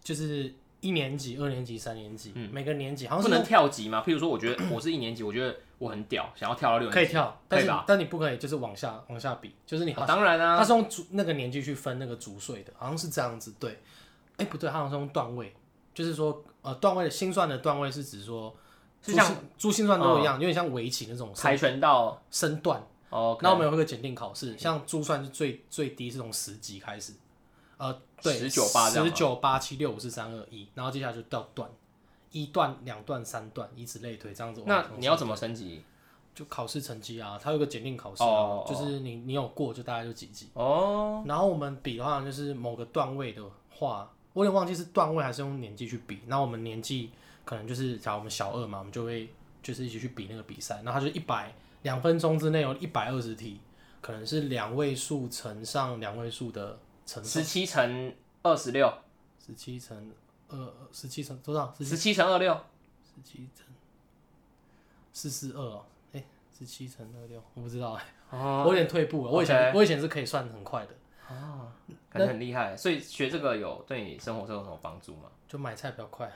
[SPEAKER 2] 就是一年级、二年级、三年级，
[SPEAKER 1] 嗯
[SPEAKER 2] 每个年级好像
[SPEAKER 1] 不
[SPEAKER 2] 是
[SPEAKER 1] 能跳级吗？譬如说，我觉得我是一年级，我觉得我很屌，想要跳到六
[SPEAKER 2] 可
[SPEAKER 1] 年
[SPEAKER 2] 以
[SPEAKER 1] 级。
[SPEAKER 2] 跳，
[SPEAKER 1] 可
[SPEAKER 2] 但
[SPEAKER 1] 以
[SPEAKER 2] 是
[SPEAKER 1] 吧
[SPEAKER 2] 但你不可以就是往下往下比，就是你好
[SPEAKER 1] 哦当然
[SPEAKER 2] 它
[SPEAKER 1] 啊，
[SPEAKER 2] 是用逐那个年纪去分那个逐岁的，好像是这样子。对，哎、不对，它好像是用段位，就是说呃，段位的心算的段位是指说，
[SPEAKER 1] 是像
[SPEAKER 2] 珠心珠心算都一样，有点像围棋那种
[SPEAKER 1] 跆拳道
[SPEAKER 2] 身段。
[SPEAKER 1] 哦，
[SPEAKER 2] 然后我们有一个检定考试，像珠算是最最低是从十级开始，呃，对，
[SPEAKER 1] 19-8这样
[SPEAKER 2] 十
[SPEAKER 1] 吗
[SPEAKER 2] 九八七六五四三二一，然后接下来就到段，一段、两段、三段，以此类推，这样子往上
[SPEAKER 1] 那
[SPEAKER 2] 升。
[SPEAKER 1] 你要怎么升级？
[SPEAKER 2] 就考试成绩啊？它有一个检定考试啊，
[SPEAKER 1] 哦
[SPEAKER 2] 就是你你有过就大概就几级。
[SPEAKER 1] 哦，
[SPEAKER 2] 然后我们比的话，就是某个段位的话，我有点忘记是段位还是用年纪去比。那我们年纪可能就是，假如我们小二嘛，我们就会就是一起去比那个比赛。然后它就一百两分钟之内有一百二十题，可能是两位数乘上两位数的乘
[SPEAKER 1] 十七乘二十六，
[SPEAKER 2] 十七乘二十七乘多哦少？十
[SPEAKER 1] 十七乘二六，
[SPEAKER 2] 十七乘四四二哦，哎，十七乘二六，我不知道哎、
[SPEAKER 1] 哦，
[SPEAKER 2] 我有点退步了。我以前、我以前是可以算很快的，
[SPEAKER 1] 感觉很厉害。所以学这个有对你生活中有什么帮助吗？
[SPEAKER 2] 就买菜比较快。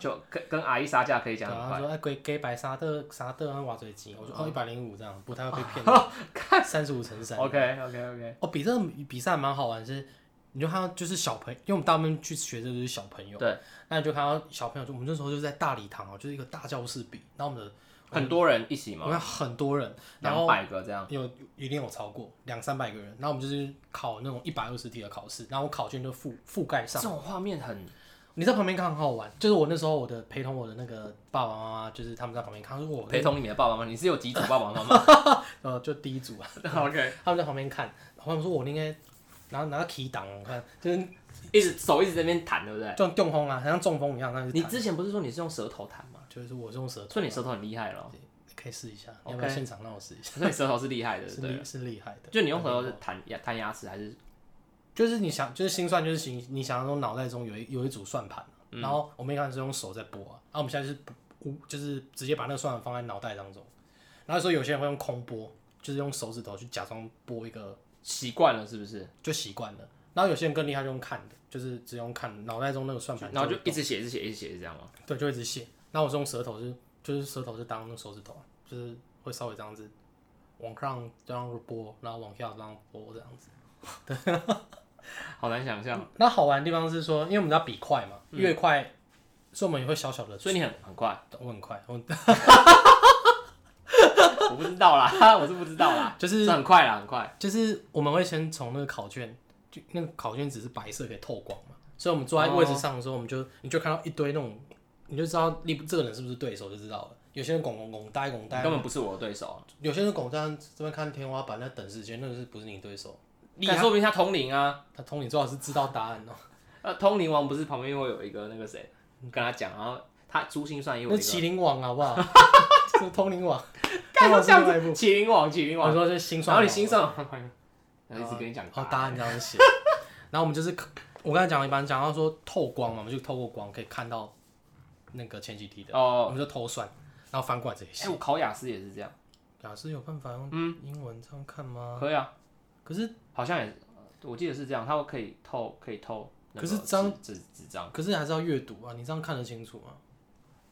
[SPEAKER 1] 就跟跟阿姨杀价可以
[SPEAKER 2] 然
[SPEAKER 1] 讲
[SPEAKER 2] 后
[SPEAKER 1] 很
[SPEAKER 2] 他
[SPEAKER 1] 快，
[SPEAKER 2] 说：“哎，给给白沙的沙的啊，瓦最钱？”我说：“哦，一百零五这样，不 太会被骗。看三十五乘三。
[SPEAKER 1] OK OK OK，
[SPEAKER 2] 哦，比这个比赛蛮好玩，是你就看到就是小朋友，因为我们大部分去学的都是小朋友，
[SPEAKER 1] 对，
[SPEAKER 2] 那你就看到小朋友，就我们那时候就在大礼堂哦，就是一个大教室比，然后我们的
[SPEAKER 1] 很多人一起
[SPEAKER 2] 我
[SPEAKER 1] 嘛，
[SPEAKER 2] 们很多人，嗯
[SPEAKER 1] 嗯两
[SPEAKER 2] 然后
[SPEAKER 1] 百个这样。
[SPEAKER 2] 有一定有超过两三百个人，然后我们就是考那种一百二十题的考试，然后我考卷就覆覆盖上
[SPEAKER 1] 这。种画面很
[SPEAKER 2] 你在旁边看很好玩，就是我那时候我的陪同我的那个爸爸妈妈，就是他们在旁边看，他说我
[SPEAKER 1] 陪同你的爸爸妈妈，你是有几组爸爸妈 妈
[SPEAKER 2] 呃就第一组啊。
[SPEAKER 1] ？OK，
[SPEAKER 2] 他们在旁边看，然后他们说我应该拿拿个 key 档，我看就是
[SPEAKER 1] 一直手一直在那边弹，对不对？
[SPEAKER 2] 就像中风啊，好像中 风一样，那就
[SPEAKER 1] 你
[SPEAKER 2] 弹
[SPEAKER 1] 之前不是说你是用舌头弹吗？
[SPEAKER 2] 就是我用舌头，
[SPEAKER 1] 所以你舌头很厉害咯，
[SPEAKER 2] 可以试一下，
[SPEAKER 1] OK
[SPEAKER 2] 你要不要现场让我试一下？
[SPEAKER 1] 所以舌头是厉害的，
[SPEAKER 2] 是
[SPEAKER 1] 对了。
[SPEAKER 2] 厉是厉害的，
[SPEAKER 1] 就你用舌头是弹牙弹牙齿还是？
[SPEAKER 2] 就是你想就是心算就是心你想象中脑袋中有一有一组算盘，
[SPEAKER 1] 嗯
[SPEAKER 2] 然后啊我们一开始是用手在拨啊，然后我们现在就是不无就是直接把那个算盘放在脑袋当中，然后说有些人会用空拨，就是用手指头去假装拨一个，
[SPEAKER 1] 习惯了是不是？
[SPEAKER 2] 就习惯了。然后有些人更厉害，就用看的，就是只用看脑袋中那个算盘，
[SPEAKER 1] 然后就一直写，一直写，一直写，是这样吗？
[SPEAKER 2] 对，就一直写。然后我是用舌头是，就是舌头是当手指头，就是会稍微这样子往上这样拨，然后往下这样拨这样子。
[SPEAKER 1] 好难想象，
[SPEAKER 2] 那好玩的地方是说，因为我们要比快嘛，越快，所以我们也会小小的。
[SPEAKER 1] 所以你很很快，
[SPEAKER 2] 我很快，我
[SPEAKER 1] 我不知道啦，我是不知道啦，
[SPEAKER 2] 就是
[SPEAKER 1] 这很快啦，很快。
[SPEAKER 2] 就是我们会先从那个考卷，就那个考卷纸是白色可以透光嘛，所以我们坐在位置上的时候，我们就你就看到一堆那种，你就知道你这个人是不是对手就知道了。有些人拱拱拱呆拱
[SPEAKER 1] 你
[SPEAKER 2] 呆，
[SPEAKER 1] 根本不是我的对手，啊
[SPEAKER 2] 有些人拱在这边看天花板在等时间，那个是不是你对手？
[SPEAKER 1] 你说明他通灵啊，
[SPEAKER 2] 他通你最好是知道答案哦、
[SPEAKER 1] 呃，通灵王不是旁边会有一个那个谁跟他讲，然后他珠心算也有
[SPEAKER 2] 那
[SPEAKER 1] 一个，
[SPEAKER 2] 麒麟网好不 好？这个通灵网，
[SPEAKER 1] 干
[SPEAKER 2] 通灵网
[SPEAKER 1] 这样
[SPEAKER 2] 是另
[SPEAKER 1] 子
[SPEAKER 2] 外一部，，
[SPEAKER 1] 麒麟王，麒麟
[SPEAKER 2] 我
[SPEAKER 1] 王，
[SPEAKER 2] 说是嗯心算
[SPEAKER 1] 然
[SPEAKER 2] 网，
[SPEAKER 1] 后你心算王， 然后一直跟你讲答
[SPEAKER 2] 哦，
[SPEAKER 1] 案，
[SPEAKER 2] 答案这样写。然后我们就是，我刚才讲了一般讲到说透光嘛，我们就透过光可以看到那个前几题的，
[SPEAKER 1] 哦，
[SPEAKER 2] 我们就偷算，然后翻过来直接
[SPEAKER 1] 哎，
[SPEAKER 2] 写。
[SPEAKER 1] 我考雅思也是这样，
[SPEAKER 2] 雅思有办法用英文这样看吗？
[SPEAKER 1] 可以啊，
[SPEAKER 2] 可是
[SPEAKER 1] 好像也是，我记得是这样，他可以透，可以透那个
[SPEAKER 2] 可
[SPEAKER 1] 纸，
[SPEAKER 2] 是张
[SPEAKER 1] 纸纸张，
[SPEAKER 2] 可是还是要阅读啊，你这样看得清楚吗？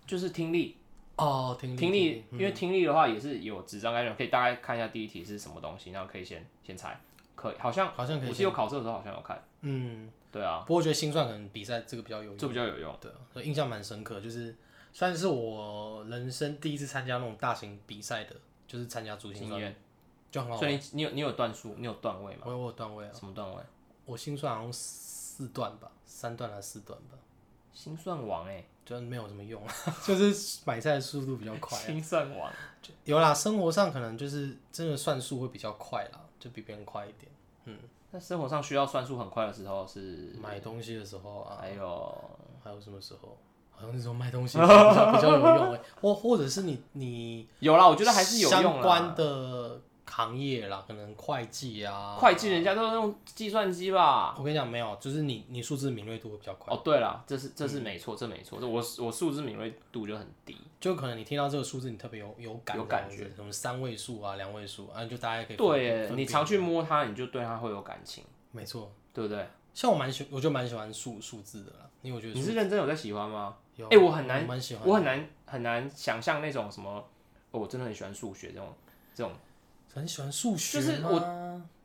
[SPEAKER 1] 就是听力，
[SPEAKER 2] 哦，听力
[SPEAKER 1] 听力，因为听力的话也是有纸张概念，可以大概看一下第一题是什么东西，然后可以先先猜，可以，好像
[SPEAKER 2] 好像可
[SPEAKER 1] 我
[SPEAKER 2] 以
[SPEAKER 1] 记得我考试的时候好像有看，
[SPEAKER 2] 嗯，
[SPEAKER 1] 对啊，
[SPEAKER 2] 不过我觉得心算可能比赛这个比较有用，
[SPEAKER 1] 这比较有用，
[SPEAKER 2] 对，啊所以印象蛮深刻，就是算是我人生第一次参加那种大型比赛的，就是参加珠心
[SPEAKER 1] 经
[SPEAKER 2] 算，
[SPEAKER 1] 验，
[SPEAKER 2] 就很好
[SPEAKER 1] 所
[SPEAKER 2] 玩。
[SPEAKER 1] 以你你有你有段数，你有段位吗？
[SPEAKER 2] 我有我有段位啊。
[SPEAKER 1] 什么段位？
[SPEAKER 2] 我心算好像四段吧，三段还是四段吧，
[SPEAKER 1] 心算王哎、
[SPEAKER 2] 就没有什么用，啊 就是买菜的速度比较快。
[SPEAKER 1] 心算王，欸
[SPEAKER 2] 有啦，生活上可能就是真的算数会比较快啦，就比别人快一点。
[SPEAKER 1] 那生活上需要算数很快的时候是，哎
[SPEAKER 2] 买东西的时候啊，
[SPEAKER 1] 还有
[SPEAKER 2] 还有什么时候？好像是说卖东西比较比较有用哎、或或者是你你
[SPEAKER 1] 有啦，我觉得还是有
[SPEAKER 2] 相
[SPEAKER 1] 用啦。
[SPEAKER 2] 关的行业啦，可能会计啊，
[SPEAKER 1] 会计人啊家都用计算机吧？
[SPEAKER 2] 我跟你讲没有，就是你你数字敏锐度会比较快，嗯
[SPEAKER 1] 哦，对啦，这是这是没错，这没错，这我我数字敏锐度就很低，
[SPEAKER 2] 就可能你听到这个数字你特别有有感
[SPEAKER 1] 有感
[SPEAKER 2] 觉，什么三位数啊、两位数啊，你就大家可以分
[SPEAKER 1] 对耶，
[SPEAKER 2] 分
[SPEAKER 1] 你
[SPEAKER 2] 辨哦
[SPEAKER 1] 常去摸它，你就对它会有感情，
[SPEAKER 2] 没错，
[SPEAKER 1] 对不对？
[SPEAKER 2] 像我蛮喜，我就蛮喜欢数数字的啦，因为我觉得
[SPEAKER 1] 你是认真有在喜欢吗？
[SPEAKER 2] 有，
[SPEAKER 1] 哎我很难
[SPEAKER 2] 蛮喜欢，啊
[SPEAKER 1] 我很难很难想象那种什么，哦我真的很喜欢数学这种这种，
[SPEAKER 2] 很喜欢数学，
[SPEAKER 1] 就是
[SPEAKER 2] 我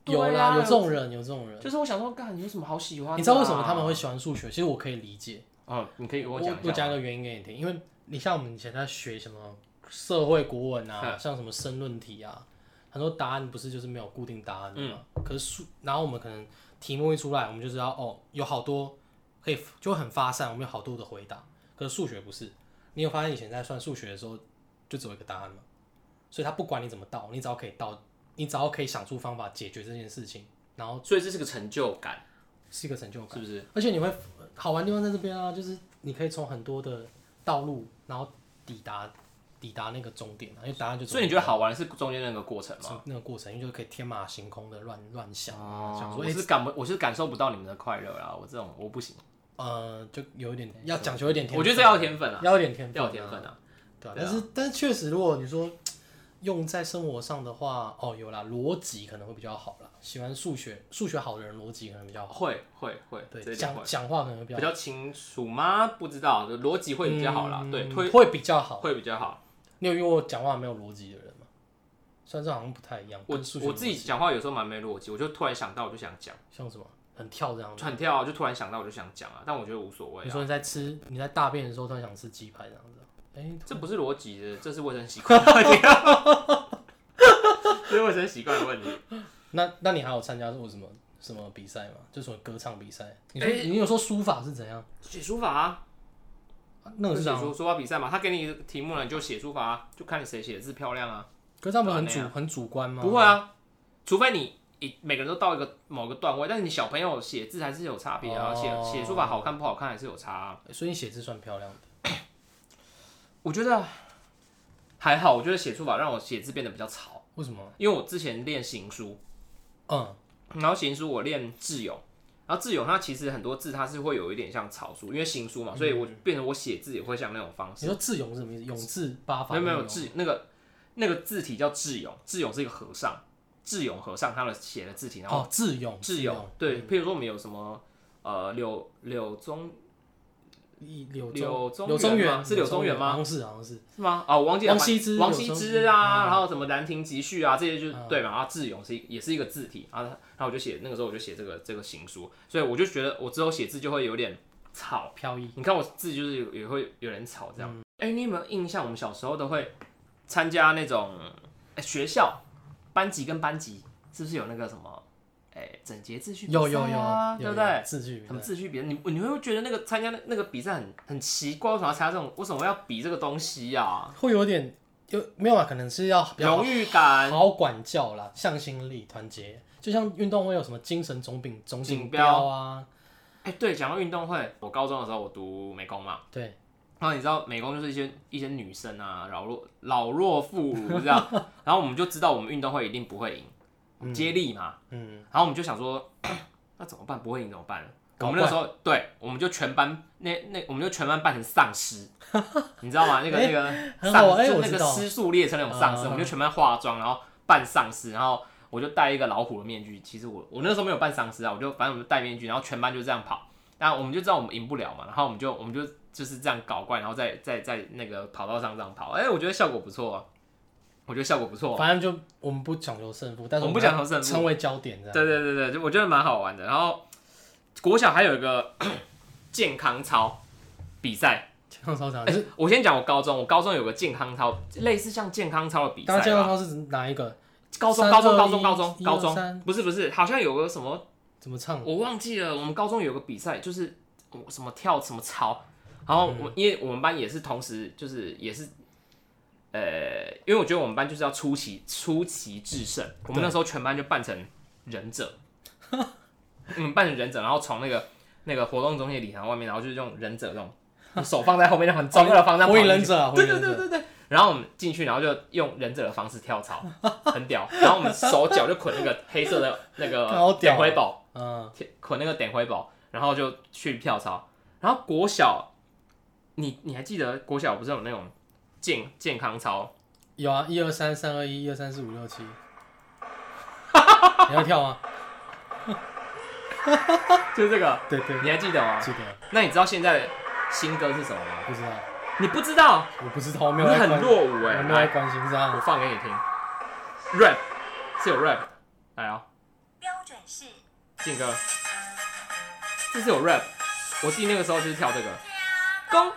[SPEAKER 1] 对
[SPEAKER 2] 有
[SPEAKER 1] 啊
[SPEAKER 2] 啦，有这种人，有这种人，
[SPEAKER 1] 就是我想说，干有什么好喜欢的啊、
[SPEAKER 2] 你知道为什么他们会喜欢数学？其实我可以理解，
[SPEAKER 1] 哦，你可以跟
[SPEAKER 2] 我
[SPEAKER 1] 我讲一
[SPEAKER 2] 我
[SPEAKER 1] 下
[SPEAKER 2] 讲
[SPEAKER 1] 吗。
[SPEAKER 2] 一个原因给你听，因为你像我们以前在学什么社会国文啊，
[SPEAKER 1] 嗯
[SPEAKER 2] 像什么申论题啊，很多答案不是就是没有固定答案的嘛，
[SPEAKER 1] 嗯
[SPEAKER 2] 可是数，然后我们可能题目一出来，我们就知道哦，有好多可以就很发散，我们有好多的回答，可是数学不是，你有发现以前在算数学的时候，就只有一个答案嘛，所以他不管你怎么倒，你只要可以倒，你只要可以想出方法解决这件事情，然后
[SPEAKER 1] 哦所以这是个成就感，
[SPEAKER 2] 是一个成就
[SPEAKER 1] 是
[SPEAKER 2] 感。
[SPEAKER 1] 不是？
[SPEAKER 2] 而且你会好玩的地方在这边啊，就是你可以从很多的道路，然后抵达抵达那个终点啊，因为答案就
[SPEAKER 1] 所以你觉得好玩是中间那个过程吗？
[SPEAKER 2] 是那个过程，因为就可以天马行空的乱乱想，想
[SPEAKER 1] 哦，
[SPEAKER 2] 说
[SPEAKER 1] 我
[SPEAKER 2] 哎、
[SPEAKER 1] 是感不，我是感受不到你们的快乐啦，我这种我不行，
[SPEAKER 2] 呃，就有一点要讲究一点天分，
[SPEAKER 1] 我觉得这要有天分啊，
[SPEAKER 2] 要有点天分、
[SPEAKER 1] 要有天分，啊，
[SPEAKER 2] 对啊。但是但是确实，如果你说用在生活上的话，哦，有啦，逻辑可能会比较好啦。喜欢数学，数学好的人逻辑可能比较好，
[SPEAKER 1] 啊会会会，这
[SPEAKER 2] 对，
[SPEAKER 1] 一点
[SPEAKER 2] 讲
[SPEAKER 1] 会
[SPEAKER 2] 讲话可能会比较
[SPEAKER 1] 比较清楚吗？不知道，逻辑会比较好啦，
[SPEAKER 2] 嗯
[SPEAKER 1] 对，推
[SPEAKER 2] 会比较好。
[SPEAKER 1] 会比较好。
[SPEAKER 2] 你有遇过讲话没有逻辑的人吗？虽然这好像不太一样，
[SPEAKER 1] 我
[SPEAKER 2] 跟数学
[SPEAKER 1] 我自己讲话有时候蛮没逻辑，我就突然想到我就想讲，
[SPEAKER 2] 像什么很跳这样子。
[SPEAKER 1] 很跳啊，就突然想到我就想讲啊，但我觉得无所谓
[SPEAKER 2] 你
[SPEAKER 1] 啊，
[SPEAKER 2] 说你在吃你在大便的时候突然想吃鸡排这样子，哎、
[SPEAKER 1] 这不是逻辑的，这是卫生习惯 的问题啊，这是卫生习惯的问题。
[SPEAKER 2] 那那你还有参加过什么什么比赛吗？就什么歌唱比赛？你说、
[SPEAKER 1] 哎
[SPEAKER 2] 你有说书法是怎样？啊
[SPEAKER 1] 写书法啊，
[SPEAKER 2] 那个
[SPEAKER 1] 就是写
[SPEAKER 2] 啥？
[SPEAKER 1] 书书法比赛嘛，他给你题目了，你就写书法、啊，就看你谁写的字漂亮啊。
[SPEAKER 2] 歌唱不是很
[SPEAKER 1] 那
[SPEAKER 2] 主、很主观吗？
[SPEAKER 1] 不会啊，除非你一每个人都到一个某个段位，但是你小朋友写字还是有差别啊，
[SPEAKER 2] 哦
[SPEAKER 1] 写写、书法好看不好看还是有差、啊。
[SPEAKER 2] 所以你写字算漂亮的。
[SPEAKER 1] 我觉得还好，我觉得写书法让我写字变得比较潮，
[SPEAKER 2] 为什么？
[SPEAKER 1] 因为我之前练行书，
[SPEAKER 2] 嗯，
[SPEAKER 1] 然后行书我练自由。然后自由它其实很多字它是会有一点像草书，因为行书嘛，所以我变成我写字也会像那种方式。
[SPEAKER 2] 你说智勇是什么意思？勇字八法
[SPEAKER 1] 没有没
[SPEAKER 2] 那
[SPEAKER 1] 有
[SPEAKER 2] 种
[SPEAKER 1] 自那个那个字体叫智勇，智勇是一个和尚，智勇和尚他的写的字体，然后
[SPEAKER 2] 哦，智勇，
[SPEAKER 1] 智勇，对，譬如说我们有什么呃柳柳宗
[SPEAKER 2] 一柳
[SPEAKER 1] 柳宗
[SPEAKER 2] 宗柳宗
[SPEAKER 1] 元吗是柳宗元吗
[SPEAKER 2] 好像是，好像是。
[SPEAKER 1] 是吗？啊，我忘记了。
[SPEAKER 2] 王羲之
[SPEAKER 1] 王
[SPEAKER 2] 柳
[SPEAKER 1] 羲
[SPEAKER 2] 宗
[SPEAKER 1] 之
[SPEAKER 2] 元
[SPEAKER 1] 啊，
[SPEAKER 2] 嗯
[SPEAKER 1] 然后什么《兰亭集序》啊，这些就是
[SPEAKER 2] 嗯
[SPEAKER 1] 对嘛。然后智勇是一也是一个字体，啊然后他然后我就写那个时候我就写这个这个行书，所以我就觉得我之后写字就会有点草
[SPEAKER 2] 飘逸，
[SPEAKER 1] 你看我字就是有也会有人吵这样。
[SPEAKER 2] 嗯
[SPEAKER 1] 哎、你有没有印象？我们小时候都会参加那种、哎学校班级跟班级，是不是有那个什么？哎、整洁秩序比赛
[SPEAKER 2] 有有有
[SPEAKER 1] 啊，，
[SPEAKER 2] 有
[SPEAKER 1] 对不对？？
[SPEAKER 2] 字句
[SPEAKER 1] 什么秩序比赛？你你会不会觉得那个参加那那个比赛很很奇怪？为什么要参加这种？为什么要比这个东西呀、啊？
[SPEAKER 2] 会有点有没有啊？可能是要比较
[SPEAKER 1] 荣誉感、
[SPEAKER 2] 好管教啦，向心力、团结。就像运动会有什么精神总饼总
[SPEAKER 1] 锦
[SPEAKER 2] 锦
[SPEAKER 1] 标
[SPEAKER 2] 标啊，
[SPEAKER 1] 哎、对，讲到运动会，我高中的时候我读美工嘛，
[SPEAKER 2] 对，
[SPEAKER 1] 然后你知道美工就是一些一些女生啊，老弱老弱妇孺这样， 然后我们就知道我们运动会一定不会赢，接力嘛，
[SPEAKER 2] 嗯，
[SPEAKER 1] 然后我们就想说， 那怎么办？不会赢怎么办？我
[SPEAKER 2] 搞
[SPEAKER 1] 们那时候对，我们就全班那那我们就全班扮成丧尸， 你知道吗？那个那个
[SPEAKER 2] 很好
[SPEAKER 1] 丧
[SPEAKER 2] 哎
[SPEAKER 1] 就
[SPEAKER 2] 我
[SPEAKER 1] 那
[SPEAKER 2] 知
[SPEAKER 1] 个
[SPEAKER 2] 道
[SPEAKER 1] 失速列车那种丧尸，
[SPEAKER 2] 嗯
[SPEAKER 1] 我
[SPEAKER 2] 嗯
[SPEAKER 1] 们就全班化妆，然后扮丧尸，然后我就戴一个老虎的面具。其实我我那时候没有扮丧尸啊，我就反正我们就戴面具，然后全班就这样跑。那我们就知道我们赢不了嘛，然后我们就我们就就是这样搞怪，然后再再在那个跑道上这样跑。哎、我觉得效果不错、啊，我觉得效果不错、啊
[SPEAKER 2] 反正就我们不讲究胜负，但
[SPEAKER 1] 哦
[SPEAKER 2] 是
[SPEAKER 1] 我们不
[SPEAKER 2] 要
[SPEAKER 1] 讲究胜负
[SPEAKER 2] 成为焦点这样。
[SPEAKER 1] 对对对对，就我觉得蛮好玩的。然后国小还有一个 健康操比赛。
[SPEAKER 2] 健康操场
[SPEAKER 1] 哎
[SPEAKER 2] 啊就是
[SPEAKER 1] 我先讲我高中，我高中有个健康操，类似像健康操的比
[SPEAKER 2] 刚
[SPEAKER 1] 赛
[SPEAKER 2] 刚健康
[SPEAKER 1] 吧。
[SPEAKER 2] 操是哪一个？
[SPEAKER 1] 高中
[SPEAKER 2] 三
[SPEAKER 1] 高中
[SPEAKER 2] 二
[SPEAKER 1] 高中
[SPEAKER 2] 一
[SPEAKER 1] 高中
[SPEAKER 2] 一
[SPEAKER 1] 高
[SPEAKER 2] 二
[SPEAKER 1] 中，
[SPEAKER 2] 三
[SPEAKER 1] 不是不是，好像有个什么
[SPEAKER 2] 怎么唱？
[SPEAKER 1] 我忘记了。我们高中有个比赛，就是我什么跳什么操，然后
[SPEAKER 2] 嗯
[SPEAKER 1] 我、因为我们班也是同时就是也是。呃，因为我觉得我们班就是要出奇出奇制胜，我们那时候全班就扮成忍者，嗯，扮成忍者，然后从那个那个活动中心礼堂外面，然后就是用忍者这 种手放在后面，那种很中二的方向跑
[SPEAKER 2] 火
[SPEAKER 1] 进
[SPEAKER 2] 影
[SPEAKER 1] 去，
[SPEAKER 2] 忍者啊，火
[SPEAKER 1] 对
[SPEAKER 2] 影
[SPEAKER 1] 对
[SPEAKER 2] 忍
[SPEAKER 1] 对
[SPEAKER 2] 者，
[SPEAKER 1] 对对。然后我们进去，然后就用忍者的方式跳槽，很屌。然后我们手脚就捆那个黑色的那
[SPEAKER 2] 好
[SPEAKER 1] 个
[SPEAKER 2] 屌哦
[SPEAKER 1] 点灰宝，
[SPEAKER 2] 嗯，
[SPEAKER 1] 捆那个点灰宝，然后就去跳槽。然后国小，你你还记得国小不是有那种健健康操？
[SPEAKER 2] 有啊，一二三三二一，一二三四五 六七。你要跳吗？
[SPEAKER 1] 就是这个，
[SPEAKER 2] 对对，
[SPEAKER 1] 你还记得吗？
[SPEAKER 2] 记得
[SPEAKER 1] 那你知道现在的新歌是什么吗？
[SPEAKER 2] 不知道？
[SPEAKER 1] 你不知道，
[SPEAKER 2] 我不知道，我没
[SPEAKER 1] 你
[SPEAKER 2] 有在
[SPEAKER 1] 很
[SPEAKER 2] 关，
[SPEAKER 1] 落伍哎、
[SPEAKER 2] 我没有在
[SPEAKER 1] 来，
[SPEAKER 2] 关心这样
[SPEAKER 1] 我。放给你听，rap 是有 rap，来哦。
[SPEAKER 3] 标准是
[SPEAKER 1] 劲歌，这是有 rap。我弟那个时候就是跳这个，公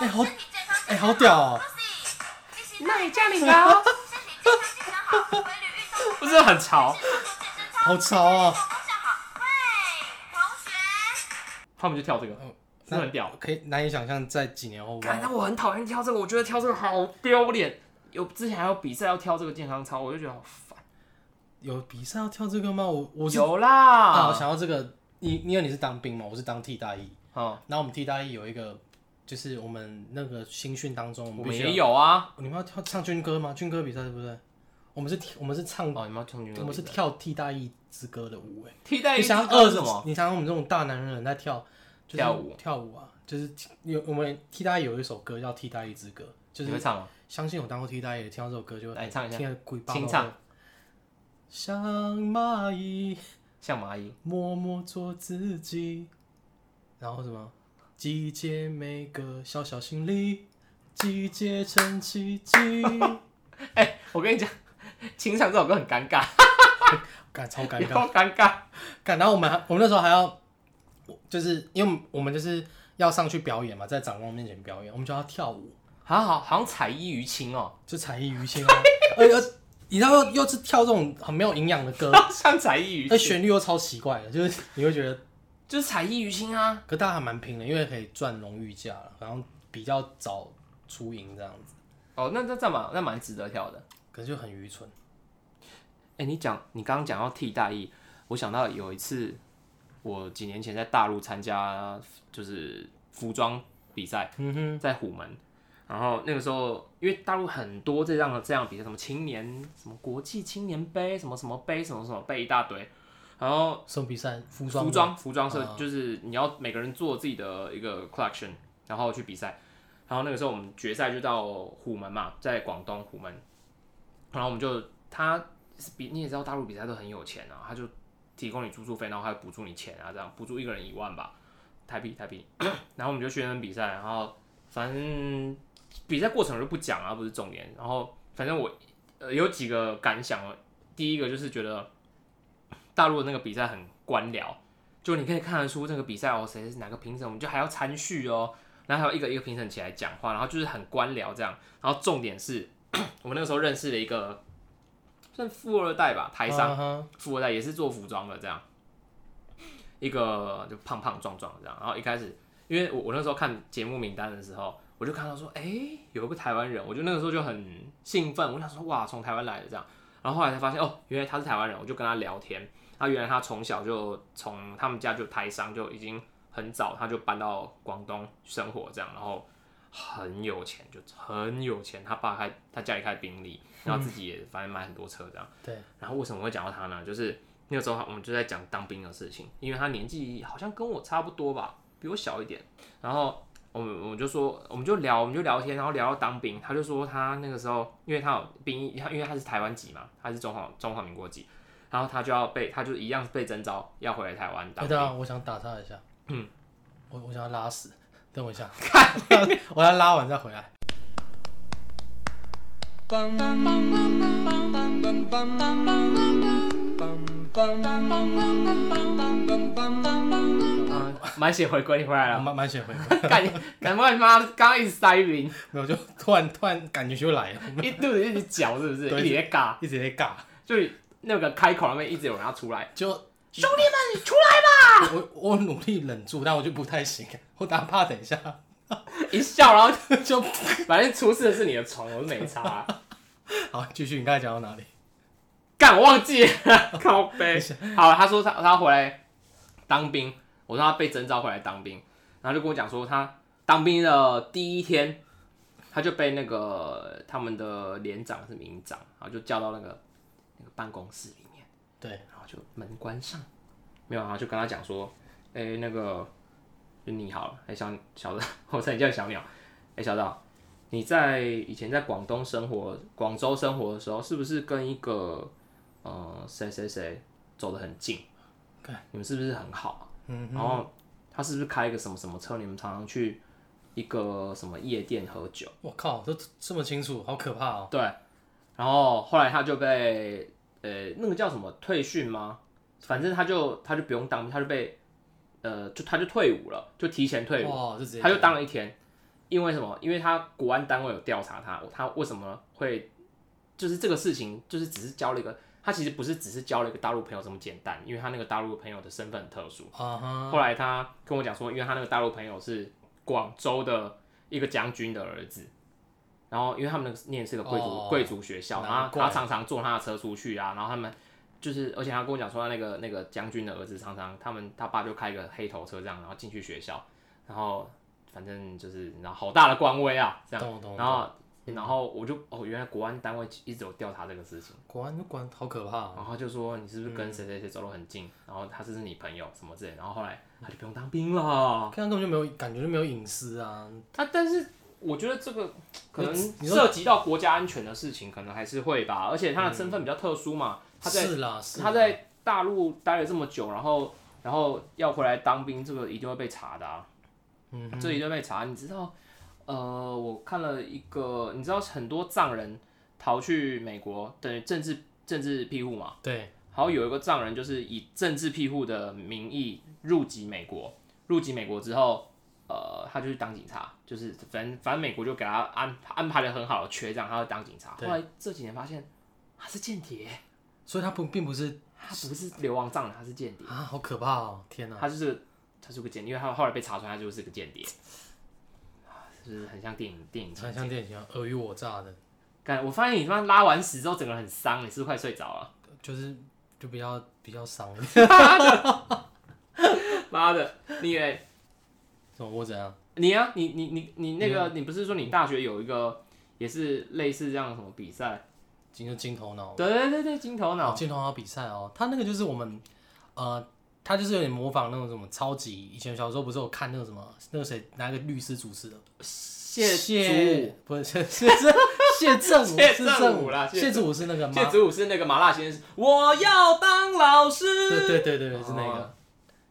[SPEAKER 2] 哎好哎、好屌哦！
[SPEAKER 1] 那你家里高， 不是很潮？
[SPEAKER 2] 好潮哦！
[SPEAKER 1] 他们就跳这个，
[SPEAKER 2] 哦
[SPEAKER 1] 是不是很屌。
[SPEAKER 2] 可以难以想象在几年哦后
[SPEAKER 1] 感
[SPEAKER 2] 吧
[SPEAKER 1] 觉。我很讨厌跳这个，我觉得跳这个好丢脸。有之前还有比赛要跳这个健康操，我就觉得好烦。
[SPEAKER 2] 有比赛要跳这个吗？我我是
[SPEAKER 1] 有
[SPEAKER 2] 啊，
[SPEAKER 1] 啦
[SPEAKER 2] 我，想到这个，你你有你是当兵嘛？我是当替代役。
[SPEAKER 1] 哦，
[SPEAKER 2] 然后我们替代役有一个，就是我们那个新训当中，我
[SPEAKER 1] 我
[SPEAKER 2] 们
[SPEAKER 1] 们
[SPEAKER 2] 必须
[SPEAKER 1] 也
[SPEAKER 2] 要。
[SPEAKER 1] 有啊。
[SPEAKER 2] 你们要跳唱军歌吗？军歌比赛对不对？我们是我们是唱
[SPEAKER 1] 哦，你们要唱军歌？
[SPEAKER 2] 我们是跳替代役之歌的舞哎、
[SPEAKER 1] 替代
[SPEAKER 2] 你
[SPEAKER 1] 役
[SPEAKER 2] 想要
[SPEAKER 1] 知道
[SPEAKER 2] 饿
[SPEAKER 1] 是什么？？
[SPEAKER 2] 你想想我们这种大男人在跳，就是、
[SPEAKER 1] 跳舞
[SPEAKER 2] 跳舞啊，就是有我们替代役有一首歌叫《替代役之歌》，就
[SPEAKER 1] 你会
[SPEAKER 2] 是
[SPEAKER 1] 唱吗？
[SPEAKER 2] 相信有当过替代役的，听到这首歌就
[SPEAKER 1] 来唱一下
[SPEAKER 2] 听得鬼巴
[SPEAKER 1] 清
[SPEAKER 2] 豆
[SPEAKER 1] 唱，
[SPEAKER 2] 像蚂蚁
[SPEAKER 1] 像蚂蚁。
[SPEAKER 2] 默默做自己，然后什么？集结每个小小心力，集结成奇迹。
[SPEAKER 1] 哎，我跟你讲， 清唱这首歌很尴尬，
[SPEAKER 2] 感超尴
[SPEAKER 1] 有
[SPEAKER 2] 尬
[SPEAKER 1] 够，尴尬。
[SPEAKER 2] 干，然后我们还我们那时候还要，就是因为我们就是要上去表演嘛，在长官面前表演，我们就要跳舞，
[SPEAKER 1] 好好好像彩衣娱亲哦，
[SPEAKER 2] 就才艺于心啊， 而且你知道又又是跳这种很没有营养的歌，
[SPEAKER 1] 像才艺娱
[SPEAKER 2] 而
[SPEAKER 1] 亲，
[SPEAKER 2] 旋律又超奇怪的，就是你会觉得，
[SPEAKER 1] 就是才艺娱亲啊。
[SPEAKER 2] 可大家还蛮拼的，因为可以赚荣誉价了，然后比较早出营这样子，
[SPEAKER 1] 哦，那那这蛮那蛮值得跳的。
[SPEAKER 2] 可是就很愚蠢。
[SPEAKER 1] 哎、你讲你刚刚讲到替代役，我想到有一次，我几年前在大陆参加就是服装比赛，
[SPEAKER 2] 嗯哼，
[SPEAKER 1] 在虎门。然后那个时候，因为大陆很多这样的这样的比赛，什么青年什么国际青年杯，什么什么杯，什么什么杯一大堆。然后
[SPEAKER 2] 什么比赛？服装？
[SPEAKER 1] 服装服装设
[SPEAKER 2] 啊
[SPEAKER 1] 就是你要每个人做自己的一个 collection，然后去比赛。然后那个时候我们决赛就到虎门嘛，在广东虎门，然后我们就他比你也知道大陆比赛都很有钱啊，他就提供你住宿费，然后还补助你钱啊，这样补助一个人一万吧，台币 台币。然后我们就去那边比赛，然后反正比赛过程我就不讲啊，不是重点。然后反正我、呃、有几个感想哦，第一个就是觉得大陆的那个比赛很官僚，就你可以看得出这个比赛哦，谁是哪个评审，我们就还要参序哦，然后还有一个一个评审起来讲话，然后就是很官僚这样。然后重点是 我们那个时候认识了一个算富二代吧，台商。
[SPEAKER 2] 啊哈
[SPEAKER 1] 富二代也是做服装的这样，一个就胖胖壮壮的这样。然后一开始，因为我我那时候看节目名单的时候，我就看到说，哎、有一个台湾人，我就那个时候就很兴奋，我想说哇，从台湾来的这样。然后后来才发现哦，原来他是台湾人，我就跟他聊天。他原来他从小就从他们家就台商就已经很早他就搬到广东生活这样，然后很有钱，就很有钱。他爸开他家里开宾利，然后自己也反正买很多车这样。
[SPEAKER 2] 对，
[SPEAKER 1] 然后为什么会讲到他呢？就是那个时候我们就在讲当兵的事情，因为他年纪好像跟我差不多吧，比我小一点。然后我们我们就说，我们就聊，我们就聊天，然后聊到当兵，他就说他那个时候，因为他有兵役，他因为他是台湾籍嘛，他是中华中华民国籍，然后他就要被，他就一样是被征召要回来台湾当
[SPEAKER 2] 哎，
[SPEAKER 1] 兵。
[SPEAKER 2] 等一下，我想打岔一下，嗯，我我想要拉屎，等我一 下，我要拉完再回来。
[SPEAKER 1] 嗯，满血回归，你回来
[SPEAKER 2] 啊，
[SPEAKER 1] 了，
[SPEAKER 2] 慢慢写回来，
[SPEAKER 1] 赶赶快妈，刚刚一直塞云，
[SPEAKER 2] 没有就突然突然感觉就来了，
[SPEAKER 1] 一肚子一直嚼，是不是？
[SPEAKER 2] 对
[SPEAKER 1] 一直在尬，
[SPEAKER 2] 一直在尬，
[SPEAKER 1] 就那个开口那边一直有人要出来。
[SPEAKER 2] 就
[SPEAKER 1] 兄弟们，出
[SPEAKER 2] 我我努力忍住，但我就不太行，我打怕等一下
[SPEAKER 1] 来！一笑，然后
[SPEAKER 2] 就
[SPEAKER 1] 反正出事的是你的床，我是没差、啊
[SPEAKER 2] 好。继续，你刚才讲到哪里？
[SPEAKER 1] 干，我忘记了，靠背。好，他说他他回来当兵，我说他被征召回来当兵，然后就跟我讲说他当兵的第一天，他就被那个呃他们的连长是营长，然后就叫到那个那个办公室里面。
[SPEAKER 2] 对，
[SPEAKER 1] 然后就门关上，没有，然后就跟他讲说，哎、那个就你好了，哎、小小的，我差点叫你小鸟，哎、小赵，你在以前在广东生活、广州生活的时候，是不是跟一个呃谁谁谁走得很近？你们是不是很好啊、
[SPEAKER 2] 嗯
[SPEAKER 1] 然后他是不是开一个什么什么车？你们常常去一个什么夜店喝酒？
[SPEAKER 2] 我靠，都这么清楚，好可怕哦！
[SPEAKER 1] 对，然后后来他就被呃那个叫什么退训吗？反正他就他就不用当兵，他就被呃就他就退伍了，就提前退伍，
[SPEAKER 2] 哇，就直接
[SPEAKER 1] 他就当了一天。因为什么？因为他国安单位有调查他，他为什么会就是这个事情，就是只是交了一个，他其实不是只是交了一个大陆朋友这么简单，因为他那个大陆朋友的身份很特殊。
[SPEAKER 2] 啊哈，
[SPEAKER 1] 后来他跟我讲说，因为他那个大陆朋友是广州的一个将军的儿子，然后因为他们那个念是个贵族
[SPEAKER 2] 哦
[SPEAKER 1] 贵、族学校，然
[SPEAKER 2] 难
[SPEAKER 1] 后
[SPEAKER 2] 怪
[SPEAKER 1] 他常常坐他的车出去啊，然后他们就是，而且他跟我讲说，那个那个将军的儿子常常他们他爸就开一个黑头车这样，然后进去学校，然后反正就是你知道好大的官威啊，这样，
[SPEAKER 2] 懂懂。
[SPEAKER 1] 然后然后我就哦，原来国安单位一直有调查这个事情。
[SPEAKER 2] 国安国安好可怕哦、
[SPEAKER 1] 然后他就说你是不是跟谁谁谁走得很近，然后他是不是你朋友什么之类的，然后后来他就不用当兵了。
[SPEAKER 2] 看他根本就没有感觉就没有隐私啊，
[SPEAKER 1] 他但是我觉得这个可能
[SPEAKER 2] 你
[SPEAKER 1] 涉及到国家安全的事情，可能还是会吧，而且他的身份比较特殊嘛，他在
[SPEAKER 2] 是啦是啦
[SPEAKER 1] 他在大陆待了这么久，然后然后要回来当兵，这个一定会被查的啊，
[SPEAKER 2] 嗯
[SPEAKER 1] 这一定会被查。你知道，呃，我看了一个，你知道很多藏人逃去美国，等于政治政治庇护嘛。
[SPEAKER 2] 对
[SPEAKER 1] 然后有一个藏人就是以政治庇护的名义入籍美国，入籍美国之后，呃，他就去当警察，就是反正反正美国就给他安安排的很好的缺，让他要当警察。后
[SPEAKER 2] 对
[SPEAKER 1] 来这几年发现他是间谍，
[SPEAKER 2] 所以他不并不是
[SPEAKER 1] 他不是流亡藏人，他是间谍，
[SPEAKER 2] 啊，好可怕哦、天哪、
[SPEAKER 1] 他就是他是个间谍，因为他后来被查出来他就是个间谍，啊是不是很像电影电影情
[SPEAKER 2] 很
[SPEAKER 1] 节？
[SPEAKER 2] 像电影啊，尔虞我诈的，
[SPEAKER 1] 干，我发现你他妈拉完屎之后整个人很伤，你是不是快睡着了？
[SPEAKER 2] 就是就比较比较伤。
[SPEAKER 1] 妈的，你以为
[SPEAKER 2] 怎么我怎样？
[SPEAKER 1] 你啊，你你你你那
[SPEAKER 2] 嗯
[SPEAKER 1] 个，你不是说你大学有一个也是类似这样的什么比赛？
[SPEAKER 2] 金就金头脑，
[SPEAKER 1] 对啊对对对，金头脑。
[SPEAKER 2] 金头脑比赛哦，他那个就是我们呃，他就是有点模仿那种什么超级，以前小时候不是有看那个什么那个谁拿一个律师主持的，
[SPEAKER 1] 谢
[SPEAKER 2] 谢
[SPEAKER 1] 谢
[SPEAKER 2] 不是 谢谢谢谢正 武
[SPEAKER 1] 谢
[SPEAKER 2] 是
[SPEAKER 1] 正
[SPEAKER 2] 正
[SPEAKER 1] 武啦谢
[SPEAKER 2] 谢正武是那个吗？
[SPEAKER 1] 谢祖武是那个麻辣先生，我要当老师。
[SPEAKER 2] 对对对对对是那
[SPEAKER 1] 哦
[SPEAKER 2] 个，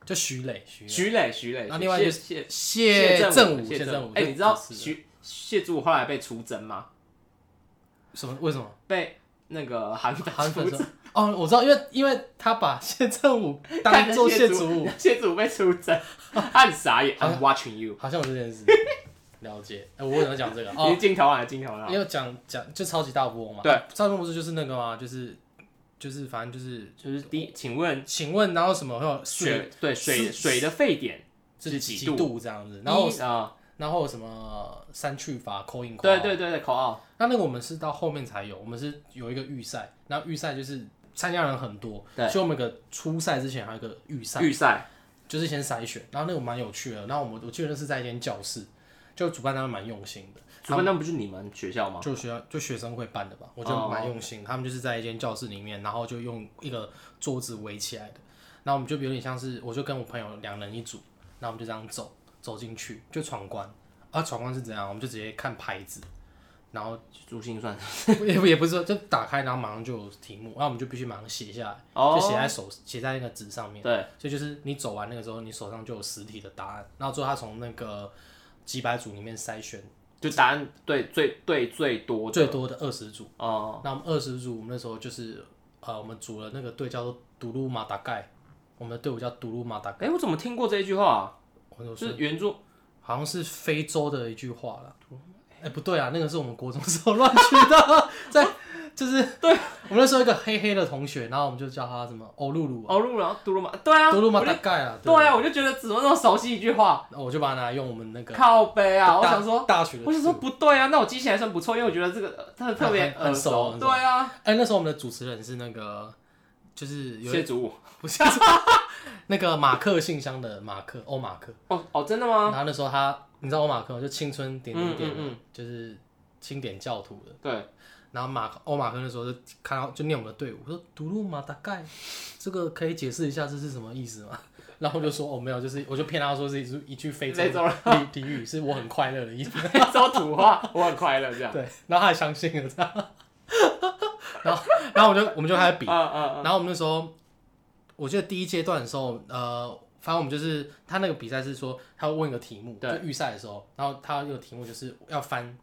[SPEAKER 2] 就徐磊徐
[SPEAKER 1] 徐磊，徐磊，
[SPEAKER 2] 然后另外一
[SPEAKER 1] 谢
[SPEAKER 2] 个
[SPEAKER 1] 谢
[SPEAKER 2] 谢
[SPEAKER 1] 正
[SPEAKER 2] 正武
[SPEAKER 1] 谢
[SPEAKER 2] 谢正
[SPEAKER 1] 武
[SPEAKER 2] 武，
[SPEAKER 1] 哎，
[SPEAKER 2] 就
[SPEAKER 1] 你知道
[SPEAKER 2] 不是
[SPEAKER 1] 徐谢祖武后来被出征吗？
[SPEAKER 2] 什么为什么？
[SPEAKER 1] 被那个韩粉
[SPEAKER 2] 韩粉
[SPEAKER 1] 出
[SPEAKER 2] 说
[SPEAKER 1] 征，
[SPEAKER 2] 哦，我知道，因为因为他把谢正武
[SPEAKER 1] 看
[SPEAKER 2] 当
[SPEAKER 1] 着
[SPEAKER 2] 做谢
[SPEAKER 1] 祖
[SPEAKER 2] 祖武
[SPEAKER 1] 武，，谢祖武被出 征，他很傻眼
[SPEAKER 2] 好
[SPEAKER 1] ，I'm
[SPEAKER 2] 像
[SPEAKER 1] watching you。
[SPEAKER 2] 好像有这件 事。了解，哎、我为什么讲这个？
[SPEAKER 1] 你
[SPEAKER 2] 哦
[SPEAKER 1] 是，镜头啊，镜头啊，
[SPEAKER 2] 因为讲讲就超级大富翁嘛。
[SPEAKER 1] 对，
[SPEAKER 2] 超级大富翁不是就是那个吗？就是就是反正就是，
[SPEAKER 1] 就是第，请问
[SPEAKER 2] 请问然后什么会有四
[SPEAKER 1] 水对水
[SPEAKER 2] 是
[SPEAKER 1] 水的沸点
[SPEAKER 2] 是
[SPEAKER 1] 是
[SPEAKER 2] 几
[SPEAKER 1] 度？
[SPEAKER 2] 度这样子？然后
[SPEAKER 1] 一啊，
[SPEAKER 2] 然后什么三去法扣印？
[SPEAKER 1] 对对对对，口号
[SPEAKER 2] 那那个我们是到后面才有，我们是有一个预赛，那预赛就是参加人很多，
[SPEAKER 1] 对
[SPEAKER 2] 所以我们有个初赛之前还有一个预赛，
[SPEAKER 1] 预赛，
[SPEAKER 2] 就是先筛选，然后那个蛮有趣的。然后我们我记得那是在一间教室，就主办单位蛮用心的，
[SPEAKER 1] 主办那不就是你们学校吗？
[SPEAKER 2] 就学校就学生会办的吧，我觉
[SPEAKER 1] 哦
[SPEAKER 2] 得蛮用心。他们就是在一间教室里面，然后就用一个桌子围起来的。然后我们就有点像是，我就跟我朋友两人一组，然后我们就这样走走进去，就闯关。啊，闯关是怎样？我们就直接看牌子，然后
[SPEAKER 1] 珠心算
[SPEAKER 2] 也不也不是说就打开，然后马上就有题目，然后我们就必须马上写下来，
[SPEAKER 1] 哦
[SPEAKER 2] 就写在手写在那个纸上面。
[SPEAKER 1] 对，
[SPEAKER 2] 所以就是你走完那个之后，你手上就有实体的答案，然后最后他从那个几百组里面筛选
[SPEAKER 1] 就答案对最对最多的
[SPEAKER 2] 最多的二十组。
[SPEAKER 1] 哦，
[SPEAKER 2] 那我们二十组，我们那时候就是呃，我们组了那个队叫做独路马达盖，我们的队伍叫独路马达，
[SPEAKER 1] 哎，我怎么听过这一句话
[SPEAKER 2] 我
[SPEAKER 1] 啊？
[SPEAKER 2] 有
[SPEAKER 1] 是原著
[SPEAKER 2] 好像是非洲的一句话了。哎、不对啊，那个是我们国中时候乱取的， 在就是对我们那时候一个黑黑的同学，然后我们就叫他什么欧露露啊，
[SPEAKER 1] 哦，路然后嘟噜马，对啊，
[SPEAKER 2] 独路马
[SPEAKER 1] 我就
[SPEAKER 2] 达盖啊，对，
[SPEAKER 1] 对啊，我就觉得怎么那么熟悉一句话，
[SPEAKER 2] 然后我就把它拿来用我们那个
[SPEAKER 1] 靠背啊！我
[SPEAKER 2] 大
[SPEAKER 1] 想说，
[SPEAKER 2] 大学的
[SPEAKER 1] 我想说不对啊，那我记起来算不错，因为我觉得这个特特别
[SPEAKER 2] 很
[SPEAKER 1] 耳
[SPEAKER 2] 很熟
[SPEAKER 1] 熟，
[SPEAKER 2] 很熟
[SPEAKER 1] 对啊，
[SPEAKER 2] 哎、那时候我们的主持人是那个，就是有
[SPEAKER 1] 谢祖武，
[SPEAKER 2] 不是啊 那个马克信箱的马克欧马克，
[SPEAKER 1] 哦哦，真的
[SPEAKER 2] 然
[SPEAKER 1] 吗？
[SPEAKER 2] 后那时候他，你知道欧马克吗就青春点点点的，
[SPEAKER 1] 嗯嗯
[SPEAKER 2] 就是清点教徒的。
[SPEAKER 1] 对，
[SPEAKER 2] 然后马克欧马克那时候就看到就念我们的队伍，我说“独路马大概”，这个可以解释一下这是什么意思吗？ 然后我就说哦没有，就是我就骗他说是一句一句非洲
[SPEAKER 1] 非洲
[SPEAKER 2] 俚俚语，是我很快乐的意思。
[SPEAKER 1] 说土话，我很快乐这样。
[SPEAKER 2] 对，然后他还相信了，这样。 然后然后我就我们就开始比，
[SPEAKER 1] 嗯嗯
[SPEAKER 2] 然后我们那时候，我记得第一阶段的时候，呃，反正我们就是他那个比赛是说他会问一个题目，就
[SPEAKER 1] 对
[SPEAKER 2] 预赛的时候，然后他那个题目就是要翻，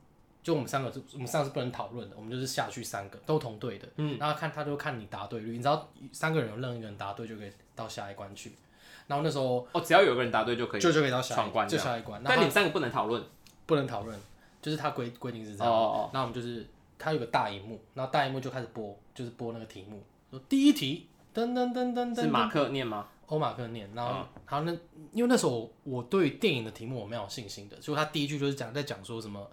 [SPEAKER 2] 就我们三个就我们三个是不能讨论的，我们就是下去三个都同队的，
[SPEAKER 1] 嗯，
[SPEAKER 2] 然后看他就看你答对率，你知道三个人有任何一个人答对就可以到下一关去，然后那时候
[SPEAKER 1] 嗯，哦，只要有个人答对就可以
[SPEAKER 2] 就。就可以到下
[SPEAKER 1] 闯
[SPEAKER 2] 一
[SPEAKER 1] 关
[SPEAKER 2] 关，
[SPEAKER 1] 这
[SPEAKER 2] 就
[SPEAKER 1] 样
[SPEAKER 2] 下一关，那
[SPEAKER 1] 但你
[SPEAKER 2] 他
[SPEAKER 1] 们三个不能讨论。
[SPEAKER 2] 不能讨论，就是他规规定是这
[SPEAKER 1] 哦
[SPEAKER 2] 样。
[SPEAKER 1] 哦，
[SPEAKER 2] 然后我们就是它有个大荧幕，然后大荧幕就开始播，就是播那个题目，说第一题，噔噔噔噔
[SPEAKER 1] 哦
[SPEAKER 2] 噔，
[SPEAKER 1] 是马克念吗？
[SPEAKER 2] 欧马克念，然后，然后那因为那时候我我对电影的题目我蛮有信心的，所以他第一句就是讲在讲说什么，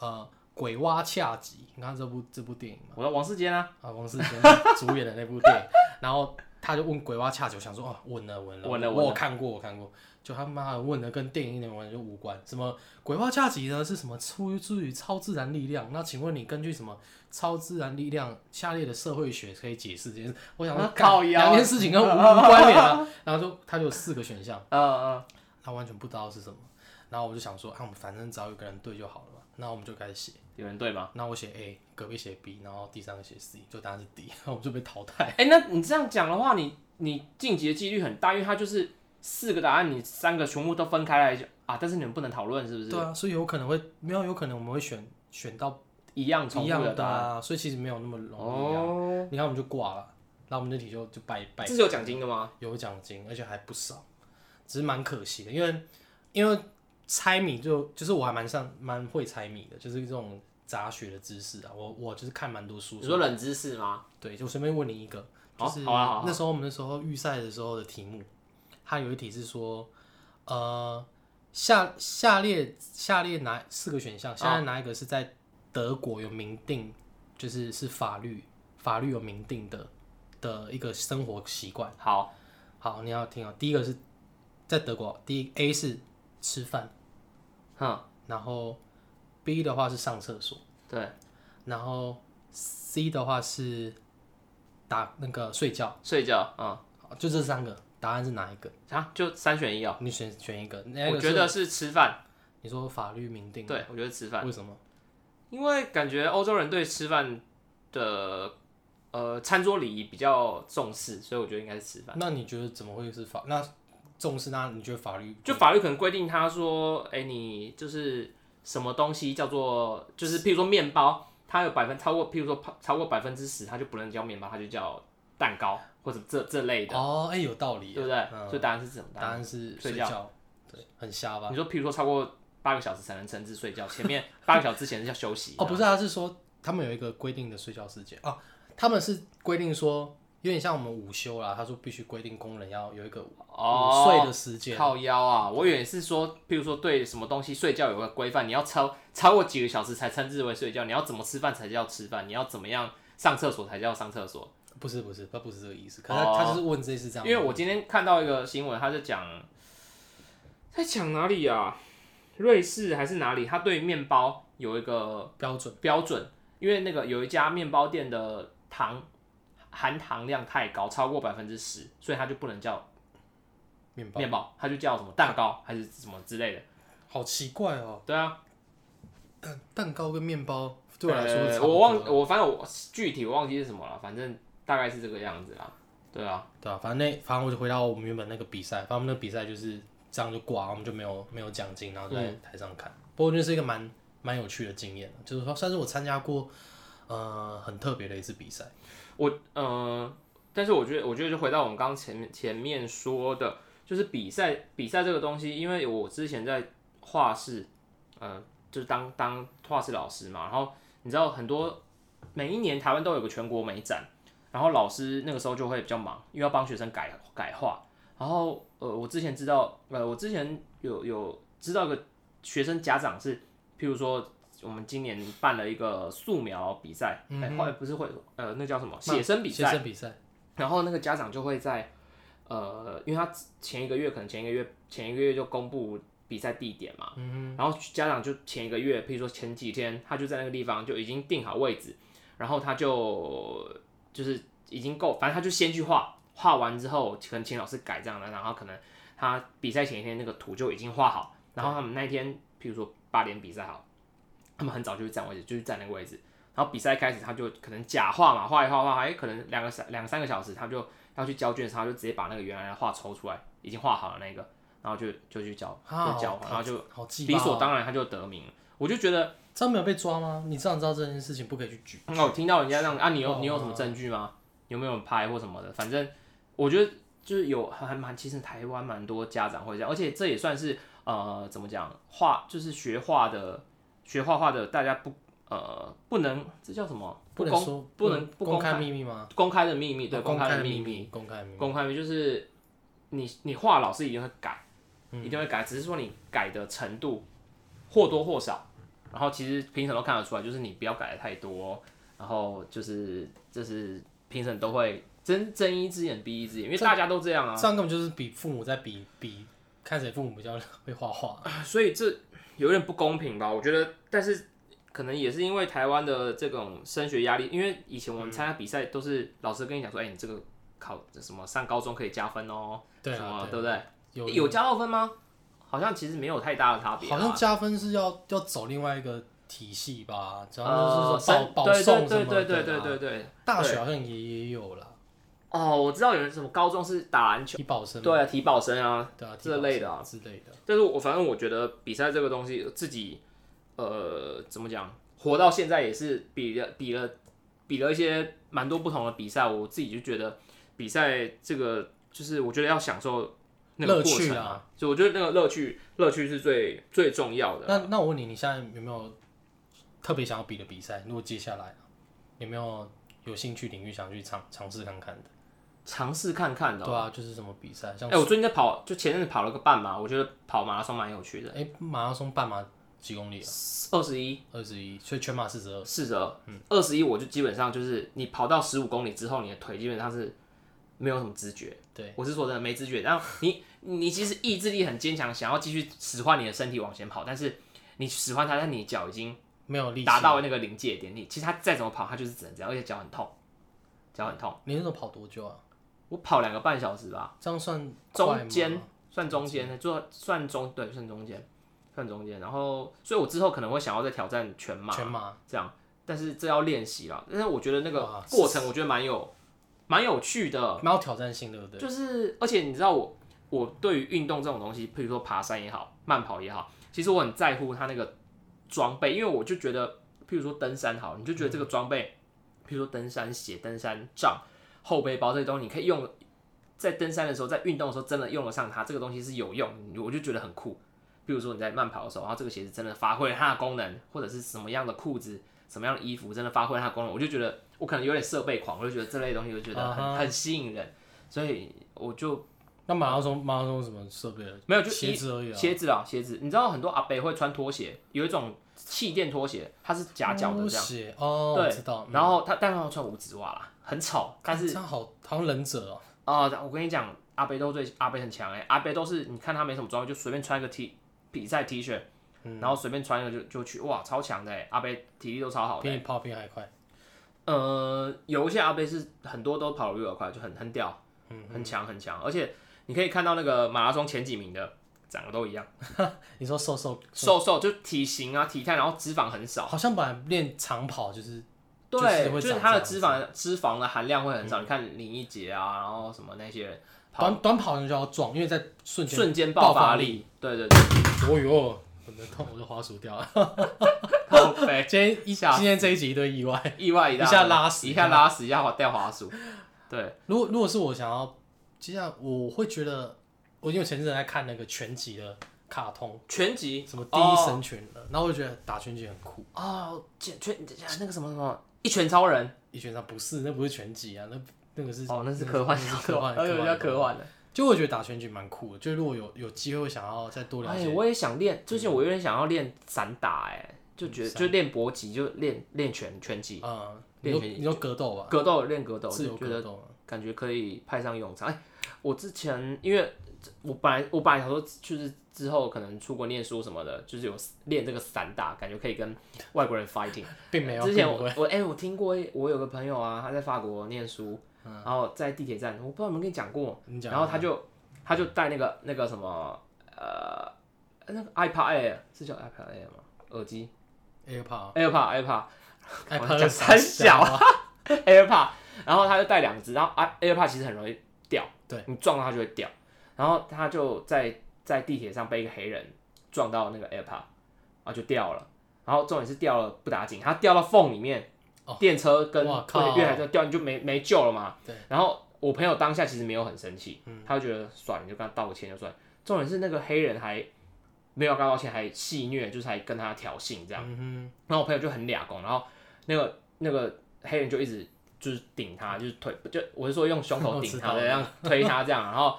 [SPEAKER 2] 呃，鬼蛙恰吉，你看这部这部电影嘛，
[SPEAKER 1] 我说王世坚啊，
[SPEAKER 2] 啊，王世坚 主演的那部电影，然后他就问鬼蛙恰吉，我想说哦，稳了稳了，
[SPEAKER 1] 稳了
[SPEAKER 2] 我
[SPEAKER 1] 稳
[SPEAKER 2] 有看过我看过，就他妈的问的跟电影一点完全无关，什么鬼蛙恰吉呢是什么出自于超自然力量？那请问你根据什么超自然力量下列的社会学可以解释这件事？我想说
[SPEAKER 1] 啊，靠
[SPEAKER 2] 干
[SPEAKER 1] 腰
[SPEAKER 2] 两件事情跟无无关联啊，然后就他就有四个选项。
[SPEAKER 1] 嗯嗯，
[SPEAKER 2] 他完全不知道是什么。然后我就想说，啊，我们反正只要有个人对就好了嘛。然后我们就开始写，
[SPEAKER 1] 有人对吗？
[SPEAKER 2] 那我写 A，隔壁写 B，然后第三个写 C，就答案是 D，然 后我们就被淘汰。
[SPEAKER 1] 哎，那你这样讲的话，你你晋级的几率很大，因为它就是四个答案，你三个全部都分开来讲啊，但是你们不能讨论，是不是
[SPEAKER 2] 对？啊，所以有可能会没有，有可能我们会选选到
[SPEAKER 1] 一样重
[SPEAKER 2] 一
[SPEAKER 1] 复
[SPEAKER 2] 样
[SPEAKER 1] 的
[SPEAKER 2] 的
[SPEAKER 1] 答案。
[SPEAKER 2] 啊，所以其实没有那么容易啊。
[SPEAKER 1] 哦，
[SPEAKER 2] 你看我们就挂了，然后我们那题就就拜拜
[SPEAKER 1] 这。是有奖金的吗？
[SPEAKER 2] 有奖金，而且还不少，只是蛮可惜的，因为因为猜谜就就是我还蛮上蛮会猜谜的，就是这种杂学的知识啊，我我就是看蛮多书，
[SPEAKER 1] 你说冷知识吗？
[SPEAKER 2] 对，就随便问你一个，
[SPEAKER 1] 好
[SPEAKER 2] 就是
[SPEAKER 1] 好啊好啊
[SPEAKER 2] 那时候我们那时候预赛的时候的题目，它有一题是说，呃，下下列下列哪四个选项，
[SPEAKER 1] 哦
[SPEAKER 2] 下列哪一个是在德国有明定，就是是法律法律有明定的的一个生活习惯。
[SPEAKER 1] 好，
[SPEAKER 2] 好，你要听啊，第一个是在德国，第一 A 是吃饭，
[SPEAKER 1] 哼，
[SPEAKER 2] 然后 B 的话是上厕所。
[SPEAKER 1] 对，
[SPEAKER 2] 然后 C 的话是打那个睡觉，
[SPEAKER 1] 睡觉，嗯，
[SPEAKER 2] 好就这三个，答案是哪一个？
[SPEAKER 1] 啊，就三选一哦。
[SPEAKER 2] 你选选一个。那个
[SPEAKER 1] 我觉得是吃饭，
[SPEAKER 2] 你说法律明定，
[SPEAKER 1] 对，我觉得吃饭，
[SPEAKER 2] 为什么？
[SPEAKER 1] 因为感觉欧洲人对吃饭的呃餐桌礼仪比较重视，所以我觉得应该是吃饭。
[SPEAKER 2] 那你觉得怎么会是法？那重视那你觉得法律
[SPEAKER 1] 就法律可能规定他说，哎、你就是什么东西叫做，就是譬如说面包，它有百分超过，譬如说超过百分之十，它就不能叫面包，它就叫蛋糕或者这这类的，
[SPEAKER 2] 哦，哎、有道理耶，
[SPEAKER 1] 对不对？
[SPEAKER 2] 嗯
[SPEAKER 1] 所以答案是什么答
[SPEAKER 2] 答
[SPEAKER 1] 案？
[SPEAKER 2] 案是
[SPEAKER 1] 睡
[SPEAKER 2] 睡
[SPEAKER 1] 觉
[SPEAKER 2] 觉，对，很瞎吧？
[SPEAKER 1] 你说譬如说超过八个小时才能称之睡觉，前面八个小时之前是叫休息。
[SPEAKER 2] 哦，不是啊，他是说他们有一个规定的睡觉时间啊，他们是规定说有点像我们午休啦，他说必须规定工人要有一个午
[SPEAKER 1] 哦，
[SPEAKER 2] 睡的时间。
[SPEAKER 1] 靠腰啊！我以为是说，譬如说对什么东西睡觉有个规范，你要超超过几个小时才称之为睡觉，你要怎么吃饭才叫吃饭，你要怎么样上厕所才叫上厕所。
[SPEAKER 2] 不是不是，他不是这个意思，可是他,、他就是问这是这样，
[SPEAKER 1] 哦因为我今天看到一个新闻，他在讲，在讲哪里啊？瑞士还是哪里？他对面包有一个
[SPEAKER 2] 标准
[SPEAKER 1] 标准，因为那个有一家面包店的糖含糖量太高，超过百分之十，所以它就不能叫
[SPEAKER 2] 面包，
[SPEAKER 1] 面包，它就叫什么蛋糕还是什么之类的。
[SPEAKER 2] 好奇怪哦，
[SPEAKER 1] 对啊，
[SPEAKER 2] 蛋糕跟面包对我来说
[SPEAKER 1] 呃
[SPEAKER 2] 是差不
[SPEAKER 1] 我
[SPEAKER 2] 多
[SPEAKER 1] 忘我反正我具体我忘记是什么了，反正大概是这个样子啦。对啊，
[SPEAKER 2] 对啊，反正那反正我就回到我们原本那个比赛，反正我们那个比赛就是这样就挂，我们就没有没有奖金，然后就
[SPEAKER 1] 嗯
[SPEAKER 2] 在台上看。不过那是一个蛮蛮有趣的经验，啊就是说算是我参加过呃很特别的一次比赛。
[SPEAKER 1] 我呃，但是我觉得，我觉得就回到我们刚刚前面前面说的，就是比赛比赛这个东西，因为我之前在画室，呃，就是当当画室老师嘛，然后你知道很多每一年台湾都有个全国美展，然后老师那个时候就会比较忙，因为要帮学生改改画，然后呃，我之前知道，呃，我之前有有知道一个学生家长是，譬如说。我们今年办了一个素描比赛，哎、画不是会呃，那叫什么写生比赛
[SPEAKER 2] 嗯写，生比赛，
[SPEAKER 1] 然后那个家长就会在呃，因为他前一个月可能前一个月前一个月就公布比赛地点嘛，
[SPEAKER 2] 嗯
[SPEAKER 1] 然后家长就前一个月，譬如说前几天，他就在那个地方就已经定好位置，然后他就就是已经够，反正他就先去画，画完之后可能请老师改这样的，然后可能他比赛前一天那个图就已经画好，然后他们那一天譬如说八点比赛好，他们很早就会占位置，就去占那个位置。然后比赛开始，他就可能假画嘛，画一画画，哎，可能两个小两三个小时，他就要去交卷的时候，他就直接把那个原来的画抽出来，已经画好了那个，然后就就去交，
[SPEAKER 2] 啊
[SPEAKER 1] 就交
[SPEAKER 2] 好，
[SPEAKER 1] 然后就
[SPEAKER 2] 好记、
[SPEAKER 1] 理所，当然他就得名了。我就觉得，
[SPEAKER 2] 这样没有被抓吗？你这样知道这件事情不可以去举，
[SPEAKER 1] 嗯我听到人家那样啊，你有
[SPEAKER 2] 哦
[SPEAKER 1] 你有什么证据吗？有没有人拍或什么的？反正我觉得就是有还蛮，其实台湾蛮多家长会这样，而且这也算是呃怎么讲画，就是学画的学画画的，大家不呃不能这叫什么？
[SPEAKER 2] 不能
[SPEAKER 1] 公
[SPEAKER 2] 说嗯
[SPEAKER 1] 不能不
[SPEAKER 2] 公
[SPEAKER 1] 公
[SPEAKER 2] 开秘密吗？
[SPEAKER 1] 公开的秘密，对，
[SPEAKER 2] 哦
[SPEAKER 1] 公
[SPEAKER 2] 公
[SPEAKER 1] 开
[SPEAKER 2] 开
[SPEAKER 1] 的秘
[SPEAKER 2] 秘
[SPEAKER 1] 密，，
[SPEAKER 2] 公开秘密。
[SPEAKER 1] 公开秘密就是你你画老师一定会改，一定会改，只是说你改的程度或多或少。然后其实评审都看得出来，就是你不要改的太多，然后就是就是评审都会睁睁一只眼闭一只眼，因为大家都这样啊。
[SPEAKER 2] 这样根本就是比父母在比比，看谁父母比较 会画画。
[SPEAKER 1] 所以这有点不公平吧？我觉得，但是可能也是因为台湾的这种升学压力，因为以前我们参加比赛都是老师跟你讲说，哎、你这个考什么上高中可以加分哦，
[SPEAKER 2] 对
[SPEAKER 1] 什
[SPEAKER 2] 啊
[SPEAKER 1] 么，对不对？
[SPEAKER 2] 有
[SPEAKER 1] 有加到分吗？好像其实没有太大的差别啊，
[SPEAKER 2] 好像加分是要要走另外一个体系吧，只要
[SPEAKER 1] 呃，
[SPEAKER 2] 就是说
[SPEAKER 1] 升
[SPEAKER 2] 保保
[SPEAKER 1] 对
[SPEAKER 2] 送什
[SPEAKER 1] 对
[SPEAKER 2] 么
[SPEAKER 1] 对
[SPEAKER 2] 的。
[SPEAKER 1] 对对对。对。
[SPEAKER 2] 大学好像也也有啦，
[SPEAKER 1] 哦，我知道有人什么高中是打篮球，
[SPEAKER 2] 体保生
[SPEAKER 1] 对啊，体保生啊，
[SPEAKER 2] 对啊，体
[SPEAKER 1] 这
[SPEAKER 2] 保
[SPEAKER 1] 类
[SPEAKER 2] 生
[SPEAKER 1] 的啊
[SPEAKER 2] 之类的。
[SPEAKER 1] 但是我反正我觉得比赛这个东西，自己呃怎么讲，活到现在也是比了比了比了一些蛮多不同的比赛，我自己就觉得比赛这个就是我觉得要享受那个
[SPEAKER 2] 乐
[SPEAKER 1] 过
[SPEAKER 2] 趣
[SPEAKER 1] 程
[SPEAKER 2] 啊，
[SPEAKER 1] 所以我觉得那个乐趣乐趣是最最重要的。
[SPEAKER 2] 那那我问你，你现在有没有特别想要比的比赛？如果接下来啊有没有有兴趣领域想去尝尝试看看的？
[SPEAKER 1] 尝试看看的哦、
[SPEAKER 2] 对啊，就是什么比赛，像
[SPEAKER 1] 哎、我最近在跑，就前阵子跑了个半马，我觉得跑马拉松蛮有趣的，
[SPEAKER 2] 哎马拉松半马几公里啊？
[SPEAKER 1] 二十一、
[SPEAKER 2] 二十一，所以全马四十二。
[SPEAKER 1] 四十二、二十一，我就基本上就是你跑到十五公里之后，你的腿基本上是没有什么知觉。
[SPEAKER 2] 对，
[SPEAKER 1] 我是说真的没知觉。然后你你其实意志力很坚强，想要继续使唤你的身体往前跑，但是你使唤它，但你脚已经
[SPEAKER 2] 没有力气。啊
[SPEAKER 1] 达到那个临界点，你其实它再怎么跑，它就是只能这样，而且脚很痛，脚很痛。
[SPEAKER 2] 你那时候跑多久啊？
[SPEAKER 1] 我跑两个半小时吧，
[SPEAKER 2] 这样算快吗
[SPEAKER 1] 中间算中间，就算中对算中间，看中间，然后所以我之后可能会想要再挑战全马
[SPEAKER 2] 全马
[SPEAKER 1] 这样，但是这要练习啦。但是我觉得那个
[SPEAKER 2] 哇
[SPEAKER 1] 过程，我觉得蛮有蛮有趣的，
[SPEAKER 2] 蛮有挑战性，对不对？
[SPEAKER 1] 就是而且你知道我我对于运动这种东西，譬如说爬山也好，慢跑也好，其实我很在乎它那个装备，因为我就觉得，譬如说登山好，你就觉得这
[SPEAKER 2] 嗯
[SPEAKER 1] 个装备，譬如说登山鞋、登山杖、后背包这些东西，你可以用在登山的时候，在运动的时候真的用得上它，这个东西是有用，我就觉得很酷。比如说你在慢跑的时候，然后这个鞋子真的发挥了它的功能，或者是什么样的裤子、什么样的衣服真的发挥了它的功能，我就觉得我可能有点设备狂，我就觉得这类东西我就觉得很、
[SPEAKER 2] 啊哈
[SPEAKER 1] 很吸引人，所以我就
[SPEAKER 2] 那马拉松马拉松有什么设备？
[SPEAKER 1] 没有就
[SPEAKER 2] 鞋
[SPEAKER 1] 一
[SPEAKER 2] 子而已啊。
[SPEAKER 1] 鞋子啦，鞋子，你知道很多阿北会穿拖鞋，有一种气垫拖鞋，它是夹脚的这样，
[SPEAKER 2] 鞋哦，
[SPEAKER 1] 对
[SPEAKER 2] 我知道。嗯
[SPEAKER 1] 然后他但他穿五指袜啦，很丑，但是
[SPEAKER 2] 这样好好像忍者哦，
[SPEAKER 1] 啊、我跟你讲，阿北都最阿北很强哎、阿北都是你看他没什么装备，就随便穿一个 T 比赛 T 恤，然后随便穿一个就就去，哇，超强的哎、阿北体力都超好的、欸
[SPEAKER 2] 比你跑比你还快。
[SPEAKER 1] 呃，有一些阿贝是很多都跑了六百块，就很很屌，
[SPEAKER 2] 嗯
[SPEAKER 1] 很强很强，而且你可以看到那个马拉松前几名的长得都一样，
[SPEAKER 2] 你说瘦瘦，
[SPEAKER 1] 瘦瘦就体型啊体态，然后脂肪很少，
[SPEAKER 2] 好像本来练长跑就是就是
[SPEAKER 1] 对，
[SPEAKER 2] 会
[SPEAKER 1] 就是
[SPEAKER 2] 长
[SPEAKER 1] 它的
[SPEAKER 2] 这
[SPEAKER 1] 脂
[SPEAKER 2] 样嗯
[SPEAKER 1] 肪脂肪的含量会很少。你看林一杰啊，然后什么那些人跑
[SPEAKER 2] 短短跑，人就要壮，因为在瞬间。
[SPEAKER 1] 瞬间
[SPEAKER 2] 爆
[SPEAKER 1] 爆
[SPEAKER 2] 发
[SPEAKER 1] 发力，对 对对，
[SPEAKER 2] 哦哟，我的痛，我的滑鼠掉了。
[SPEAKER 1] 靠背
[SPEAKER 2] 今天一
[SPEAKER 1] 吓死
[SPEAKER 2] 今天这一集一堆意外。
[SPEAKER 1] 意外一大
[SPEAKER 2] 一下
[SPEAKER 1] 堆
[SPEAKER 2] 拉屎
[SPEAKER 1] 一下拉屎，一下滑掉滑鼠，对，
[SPEAKER 2] 如果如果是我想要，接下来我会觉得，我因为前阵子在看那个拳击的卡通，
[SPEAKER 1] 拳击
[SPEAKER 2] 什么第一神拳的，然后我就觉得打拳击很酷。
[SPEAKER 1] 哦，拳拳那个什么什么一拳超人。
[SPEAKER 2] 一拳上不是，那不是拳击啊，那那个是
[SPEAKER 1] 哦，那是科幻，
[SPEAKER 2] 那是科幻，
[SPEAKER 1] 那个叫科幻的。哎
[SPEAKER 2] 就我觉得打拳击蛮酷的，就如果有有机会想要再多了
[SPEAKER 1] 哎，
[SPEAKER 2] 解，嗯
[SPEAKER 1] 我也想练，最近我有点想要练散打，哎，就觉得就练搏击，就练练拳拳击，
[SPEAKER 2] 嗯，你
[SPEAKER 1] 练
[SPEAKER 2] 说
[SPEAKER 1] 拳击
[SPEAKER 2] 你说格斗吧，
[SPEAKER 1] 格斗练格斗，
[SPEAKER 2] 自
[SPEAKER 1] 就
[SPEAKER 2] 由
[SPEAKER 1] 觉
[SPEAKER 2] 格
[SPEAKER 1] 得
[SPEAKER 2] 斗，啊
[SPEAKER 1] 感觉可以派上用场。哎，我之前因为我本来我本来想说，就是之后可能出国念书什么的，就是有练这个散打，感觉可以跟外国人 fighting。
[SPEAKER 2] 并没有。
[SPEAKER 1] 之前
[SPEAKER 2] 并
[SPEAKER 1] 我我哎、我听过，我有个朋友啊，他在法国念书，然后在地铁站，我不知道有没有跟你讲过。
[SPEAKER 2] 嗯你讲，
[SPEAKER 1] 然后他就他就带那个那个什么呃那个 iPad Air 是叫 iPad Air 吗？耳机
[SPEAKER 2] AirPod 啊
[SPEAKER 1] AirPod AirPod
[SPEAKER 2] 哎，
[SPEAKER 1] 我
[SPEAKER 2] 拍
[SPEAKER 1] 讲
[SPEAKER 2] 了
[SPEAKER 1] 三小
[SPEAKER 2] 啊，
[SPEAKER 1] AirPod，然后他就带两只，然后 i AirPod 其实很容易掉，
[SPEAKER 2] 对
[SPEAKER 1] 你撞到它就会掉。然后他就在在地铁上被一个黑人撞到那个 AirPod，然后就掉了。然后重点是掉了不打紧，他掉到缝里面，
[SPEAKER 2] 哦
[SPEAKER 1] 电车跟
[SPEAKER 2] 哇靠
[SPEAKER 1] 月台就掉，你就没没救了嘛。
[SPEAKER 2] 对。嗯
[SPEAKER 1] 然后我朋友当下其实没有很生气，他就觉得算了，你就跟他道个歉就算了。重点是那个黑人还没有跟他道歉，还戏虐，就是还跟他挑衅这样。
[SPEAKER 2] 嗯
[SPEAKER 1] 然后我朋友就很俩攻，然后那个那个黑人就一直就是顶他，就是推，就我是说用胸口
[SPEAKER 2] 我
[SPEAKER 1] 顶
[SPEAKER 2] 知
[SPEAKER 1] 他，
[SPEAKER 2] 道
[SPEAKER 1] 这样推他这样，然后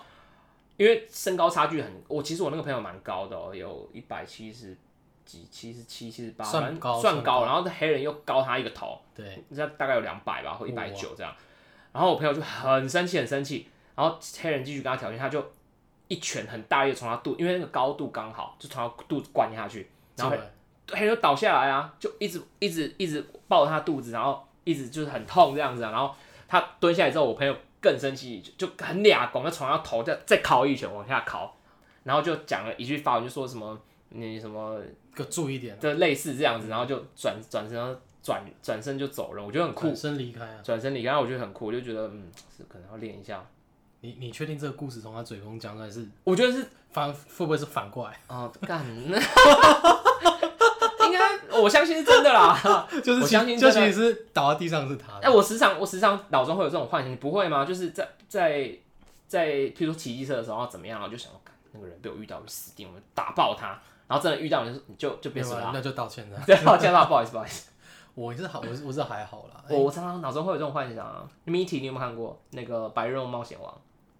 [SPEAKER 1] 因为身高差距很，我其实我那个朋友蛮高的、哦，有一百七十几、七十七、七十八，
[SPEAKER 2] 算
[SPEAKER 1] 反正
[SPEAKER 2] 高
[SPEAKER 1] 算
[SPEAKER 2] 算
[SPEAKER 1] 高，然后那黑人又高他一个头，
[SPEAKER 2] 对，
[SPEAKER 1] 那大概有两百吧，或一百九这样。然后我朋友就很生气，很生气，然后黑人继续跟他挑衅，他就一拳很大力地从他肚，因为那个高度刚好，就从他肚子灌下去，然后
[SPEAKER 2] 这个
[SPEAKER 1] 黑人就倒下来啊，就一直一直一直抱着他肚子，然后一直就是很痛这样子、啊。然后他蹲下来之后，我朋友更生气，就就很俩拱，他从他头再再敲一拳往下敲，然后就讲了一句法文，就说什么你什么
[SPEAKER 2] 个注意一点，啊
[SPEAKER 1] 就类似这样子，然后就转转身然后转转身就走人，我觉得很酷
[SPEAKER 2] 转。身离开啊！
[SPEAKER 1] 转身离开，我觉得很酷，我就觉得嗯，是可能要练一下。
[SPEAKER 2] 你你确定这个故事从他嘴中讲出来是
[SPEAKER 1] 我觉得是
[SPEAKER 2] 反会不会是反 过来？
[SPEAKER 1] 哦，干，应该我相信是真的啦。
[SPEAKER 2] 就
[SPEAKER 1] 我
[SPEAKER 2] 是其
[SPEAKER 1] 相信
[SPEAKER 2] 就
[SPEAKER 1] 这
[SPEAKER 2] 其
[SPEAKER 1] 个
[SPEAKER 2] 实是倒在地上是他
[SPEAKER 1] 哎、
[SPEAKER 2] 的，
[SPEAKER 1] 我时常我时常脑中会有这种幻想，你不会吗？就是在在在，譬如说骑机车的时候，然后怎么样，然后就想，干那个人被我遇到，我就死定了，我就打爆他。然后真的遇到你就你就就变
[SPEAKER 2] 没
[SPEAKER 1] 成
[SPEAKER 2] 有啊
[SPEAKER 1] 他，
[SPEAKER 2] 那就道歉了。
[SPEAKER 1] 对，然后见到不好意思不好意思。
[SPEAKER 2] 我是好，我是我是还好 啦，
[SPEAKER 1] 我我常常脑中会有这种幻想啊。Mitty，你有没有看过那个《白日梦冒险王》？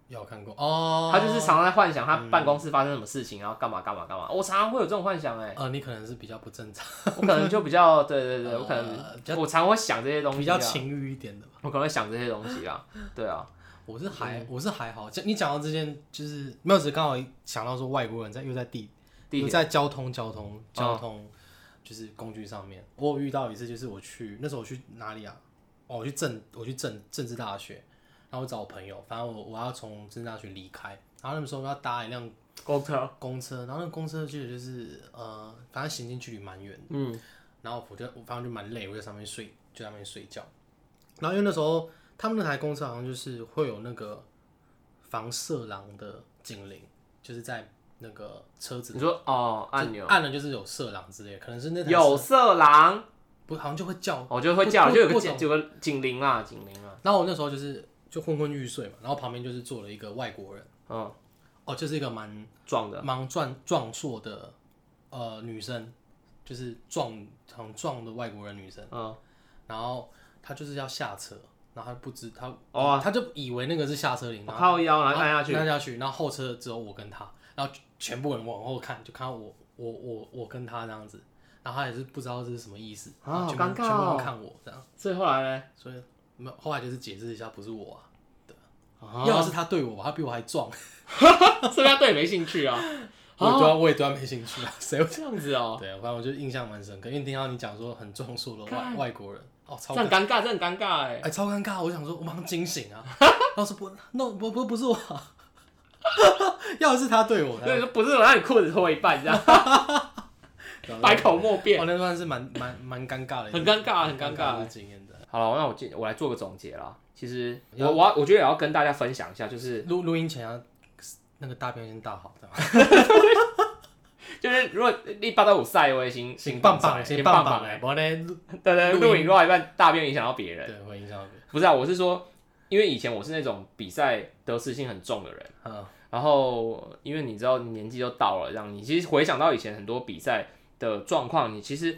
[SPEAKER 2] 有看过哦。嗯
[SPEAKER 1] 他就是常常在幻想他办公室发生什么事情，然后干嘛干嘛干嘛。我常常会有这种幻想哎、
[SPEAKER 2] 呃，你可能是比较不正常，
[SPEAKER 1] 我可能就比较，对对对，我可
[SPEAKER 2] 呃
[SPEAKER 1] 能
[SPEAKER 2] 比较
[SPEAKER 1] 我常会想这些东西，啊
[SPEAKER 2] 比较，情欲一点的。
[SPEAKER 1] 我可能会想这些东西啊，对啊，
[SPEAKER 2] 我是还、我是还好，就你讲到这件，就是没有，只是刚好想到说外国人在又在地
[SPEAKER 1] 地
[SPEAKER 2] 有
[SPEAKER 1] 铁
[SPEAKER 2] 在交通交通交通就是工具上面，我有遇到一次，就是我去那时候我去哪里啊？哦，我去政我去政政治大学，然然后我找我朋友，反正我我要从政治大学离开，然后那时候要搭一辆
[SPEAKER 1] 公车，
[SPEAKER 2] 公车，然后那个公车去的就是呃，反正行进距离蛮远的，嗯，然后我就我反正就蛮累，我在上面睡，就在上面睡觉。然后因为那时候他们那台公车好像就是会有那个防色狼的警铃，就是在那个车子
[SPEAKER 1] 你说哦
[SPEAKER 2] 就
[SPEAKER 1] 按钮
[SPEAKER 2] 按了就是有色狼之类的，可能是那台
[SPEAKER 1] 有色狼，
[SPEAKER 2] 不好像就会叫。
[SPEAKER 1] 我就会
[SPEAKER 2] 不
[SPEAKER 1] 叫，
[SPEAKER 2] 不
[SPEAKER 1] 就有个
[SPEAKER 2] 不
[SPEAKER 1] 警有个警铃啊，警铃啊，
[SPEAKER 2] 然后我那时候就是就昏昏欲睡嘛，然后旁边就是坐了一个外国人，
[SPEAKER 1] 嗯，
[SPEAKER 2] 哦，就是一个蛮
[SPEAKER 1] 撞的，
[SPEAKER 2] 蛮壮壮硕的呃女生，就是壮很壮的外国人女生，
[SPEAKER 1] 嗯，
[SPEAKER 2] 然后她就是要下车，然后她不知她
[SPEAKER 1] 哦
[SPEAKER 2] 她就以为那个是下车铃，
[SPEAKER 1] 我
[SPEAKER 2] 然后
[SPEAKER 1] 靠腰，然后按下去，
[SPEAKER 2] 按下去，然后后车只有我跟她，然后全部人往后看，就看到我我我我跟她这样子，然后她也是不知道这是什么意思，
[SPEAKER 1] 啊
[SPEAKER 2] 然后全
[SPEAKER 1] 好尴尬
[SPEAKER 2] 部
[SPEAKER 1] 哦
[SPEAKER 2] 全部人看我这样，
[SPEAKER 1] 所以后来呢？
[SPEAKER 2] 所以没有后来就是解释一下不是我啊，
[SPEAKER 1] 啊，
[SPEAKER 2] 要是她对我吧，她比我还壮，
[SPEAKER 1] 是不是他对你没兴 趣啊？
[SPEAKER 2] 我也对她我也对她没兴趣啊，谁会
[SPEAKER 1] 哦这样子哦，
[SPEAKER 2] 对，反正我就印象蛮深刻，因为听到你讲说很壮硕的外
[SPEAKER 1] 干
[SPEAKER 2] 外国人，哦，超
[SPEAKER 1] 这
[SPEAKER 2] 尴
[SPEAKER 1] 很尴尬，这很尴尬哎
[SPEAKER 2] 哎、。超尴尬，我想说，我马上惊醒啊，然后说不，no，不不不是我啊， 要是他对我，他
[SPEAKER 1] 对，就不是我让你裤子脱一半 这样， 百口莫辩，
[SPEAKER 2] 哦，那算是蛮蛮蛮尴尬的一个，
[SPEAKER 1] 很尴尬，很
[SPEAKER 2] 蛮
[SPEAKER 1] 尴尬
[SPEAKER 2] 的。经验的。
[SPEAKER 1] 好了，那我进，我来做个总结啦。其实
[SPEAKER 2] 要
[SPEAKER 1] 我我要我觉得也要跟大家分享一下，就是
[SPEAKER 2] 录录音前要那个大便先大好，这样
[SPEAKER 1] 就是如果你八到五晒，我也行
[SPEAKER 2] 行
[SPEAKER 1] 行
[SPEAKER 2] 棒棒，
[SPEAKER 1] 行
[SPEAKER 2] 先
[SPEAKER 1] 棒
[SPEAKER 2] 棒
[SPEAKER 1] 棒
[SPEAKER 2] 棒
[SPEAKER 1] 哎
[SPEAKER 2] 哎，，不然呢，
[SPEAKER 1] 对对，
[SPEAKER 2] 录
[SPEAKER 1] 录影录到一半大便影响到别人，
[SPEAKER 2] 对，会影响到别人。
[SPEAKER 1] 不是啊，我是说，因为以前我是那种比赛得失心很重的人。
[SPEAKER 2] 嗯，
[SPEAKER 1] 然后因为你知道你年纪都到了，让你其实回想到以前很多比赛的状况，你其实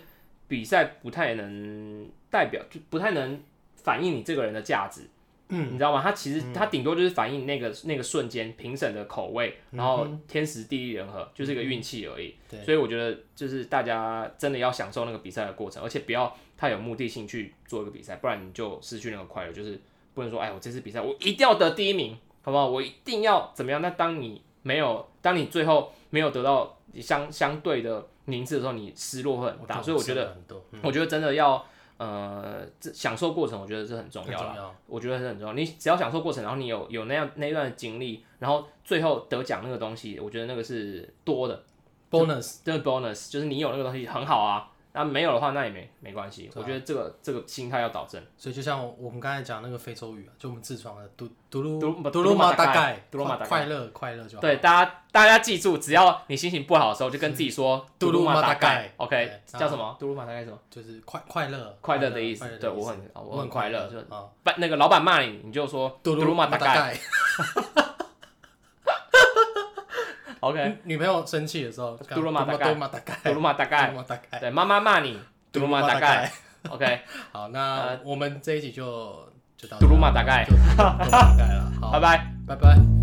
[SPEAKER 1] 比赛不太能代表，就不太能反映你这个人的价值。
[SPEAKER 2] 嗯，
[SPEAKER 1] 你知道吗？它其实它顶多就是反映那个那个瞬间评审的口味，
[SPEAKER 2] 嗯哼
[SPEAKER 1] 然后天时地利人和，就是一个运气而已。
[SPEAKER 2] 对
[SPEAKER 1] 所以我觉得就是大家真的要享受那个比赛的过程，而且不要太有目的性去做一个比赛，不然你就失去那个快乐。就是不能说，哎，我这次比赛我一定要得第一名，好不好？我一定要怎么样？那当你没有，当你最后没有得到相相对的名次的时候，你失落会很大。
[SPEAKER 2] 懂
[SPEAKER 1] 啊所以我觉
[SPEAKER 2] 吃
[SPEAKER 1] 得，
[SPEAKER 2] 了很多嗯
[SPEAKER 1] 我觉得真的要呃，这享受过程，我觉得是很重
[SPEAKER 2] 很
[SPEAKER 1] 要啦
[SPEAKER 2] 重。要，
[SPEAKER 1] 我觉得是很重要。你只要享受过程，然后你有有那样那段经历，然后最后得奖那个东西，我觉得那个是多的，
[SPEAKER 2] bonus
[SPEAKER 1] 这个 bonus 就是你有那个东西很好啊。那没有的话，那也没没关系。
[SPEAKER 2] 对啊
[SPEAKER 1] 我觉得这个这个心态要导正。
[SPEAKER 2] 所以就像我们刚才讲那个非洲语啊，就我们自创的嘟嘟
[SPEAKER 1] 嘟
[SPEAKER 2] 噜
[SPEAKER 1] 噜
[SPEAKER 2] 嘟噜马大盖，
[SPEAKER 1] 嘟噜马大盖
[SPEAKER 2] 快乐快乐就好。
[SPEAKER 1] 对，大家大家记住，只要你心情不好的时候，就跟自己说
[SPEAKER 2] 嘟噜
[SPEAKER 1] 噜
[SPEAKER 2] 马
[SPEAKER 1] 马大
[SPEAKER 2] 大概
[SPEAKER 1] 概，OK，
[SPEAKER 2] 对
[SPEAKER 1] 叫什么？嘟噜马大概什么？
[SPEAKER 2] 就是快快乐
[SPEAKER 1] 快乐的意
[SPEAKER 2] 快
[SPEAKER 1] 思。
[SPEAKER 2] 乐
[SPEAKER 1] 对我很我很快乐，就
[SPEAKER 2] 啊，
[SPEAKER 1] 把那个老板骂你，你就说
[SPEAKER 2] 嘟
[SPEAKER 1] 噜马
[SPEAKER 2] 大
[SPEAKER 1] 概。OK，
[SPEAKER 2] 女女朋友生气的时候，
[SPEAKER 1] 嘟噜马大盖
[SPEAKER 2] 嘟噜马大盖，
[SPEAKER 1] 嘟噜马大
[SPEAKER 2] 嘟噜
[SPEAKER 1] 概。
[SPEAKER 2] 马大盖，
[SPEAKER 1] 对，妈妈 骂你，嘟噜马大概。OK，
[SPEAKER 2] 好，那我们这一集就就到
[SPEAKER 1] 嘟噜马大概
[SPEAKER 2] 就嘟噜马大盖了，好，
[SPEAKER 1] 拜拜。
[SPEAKER 2] 拜拜。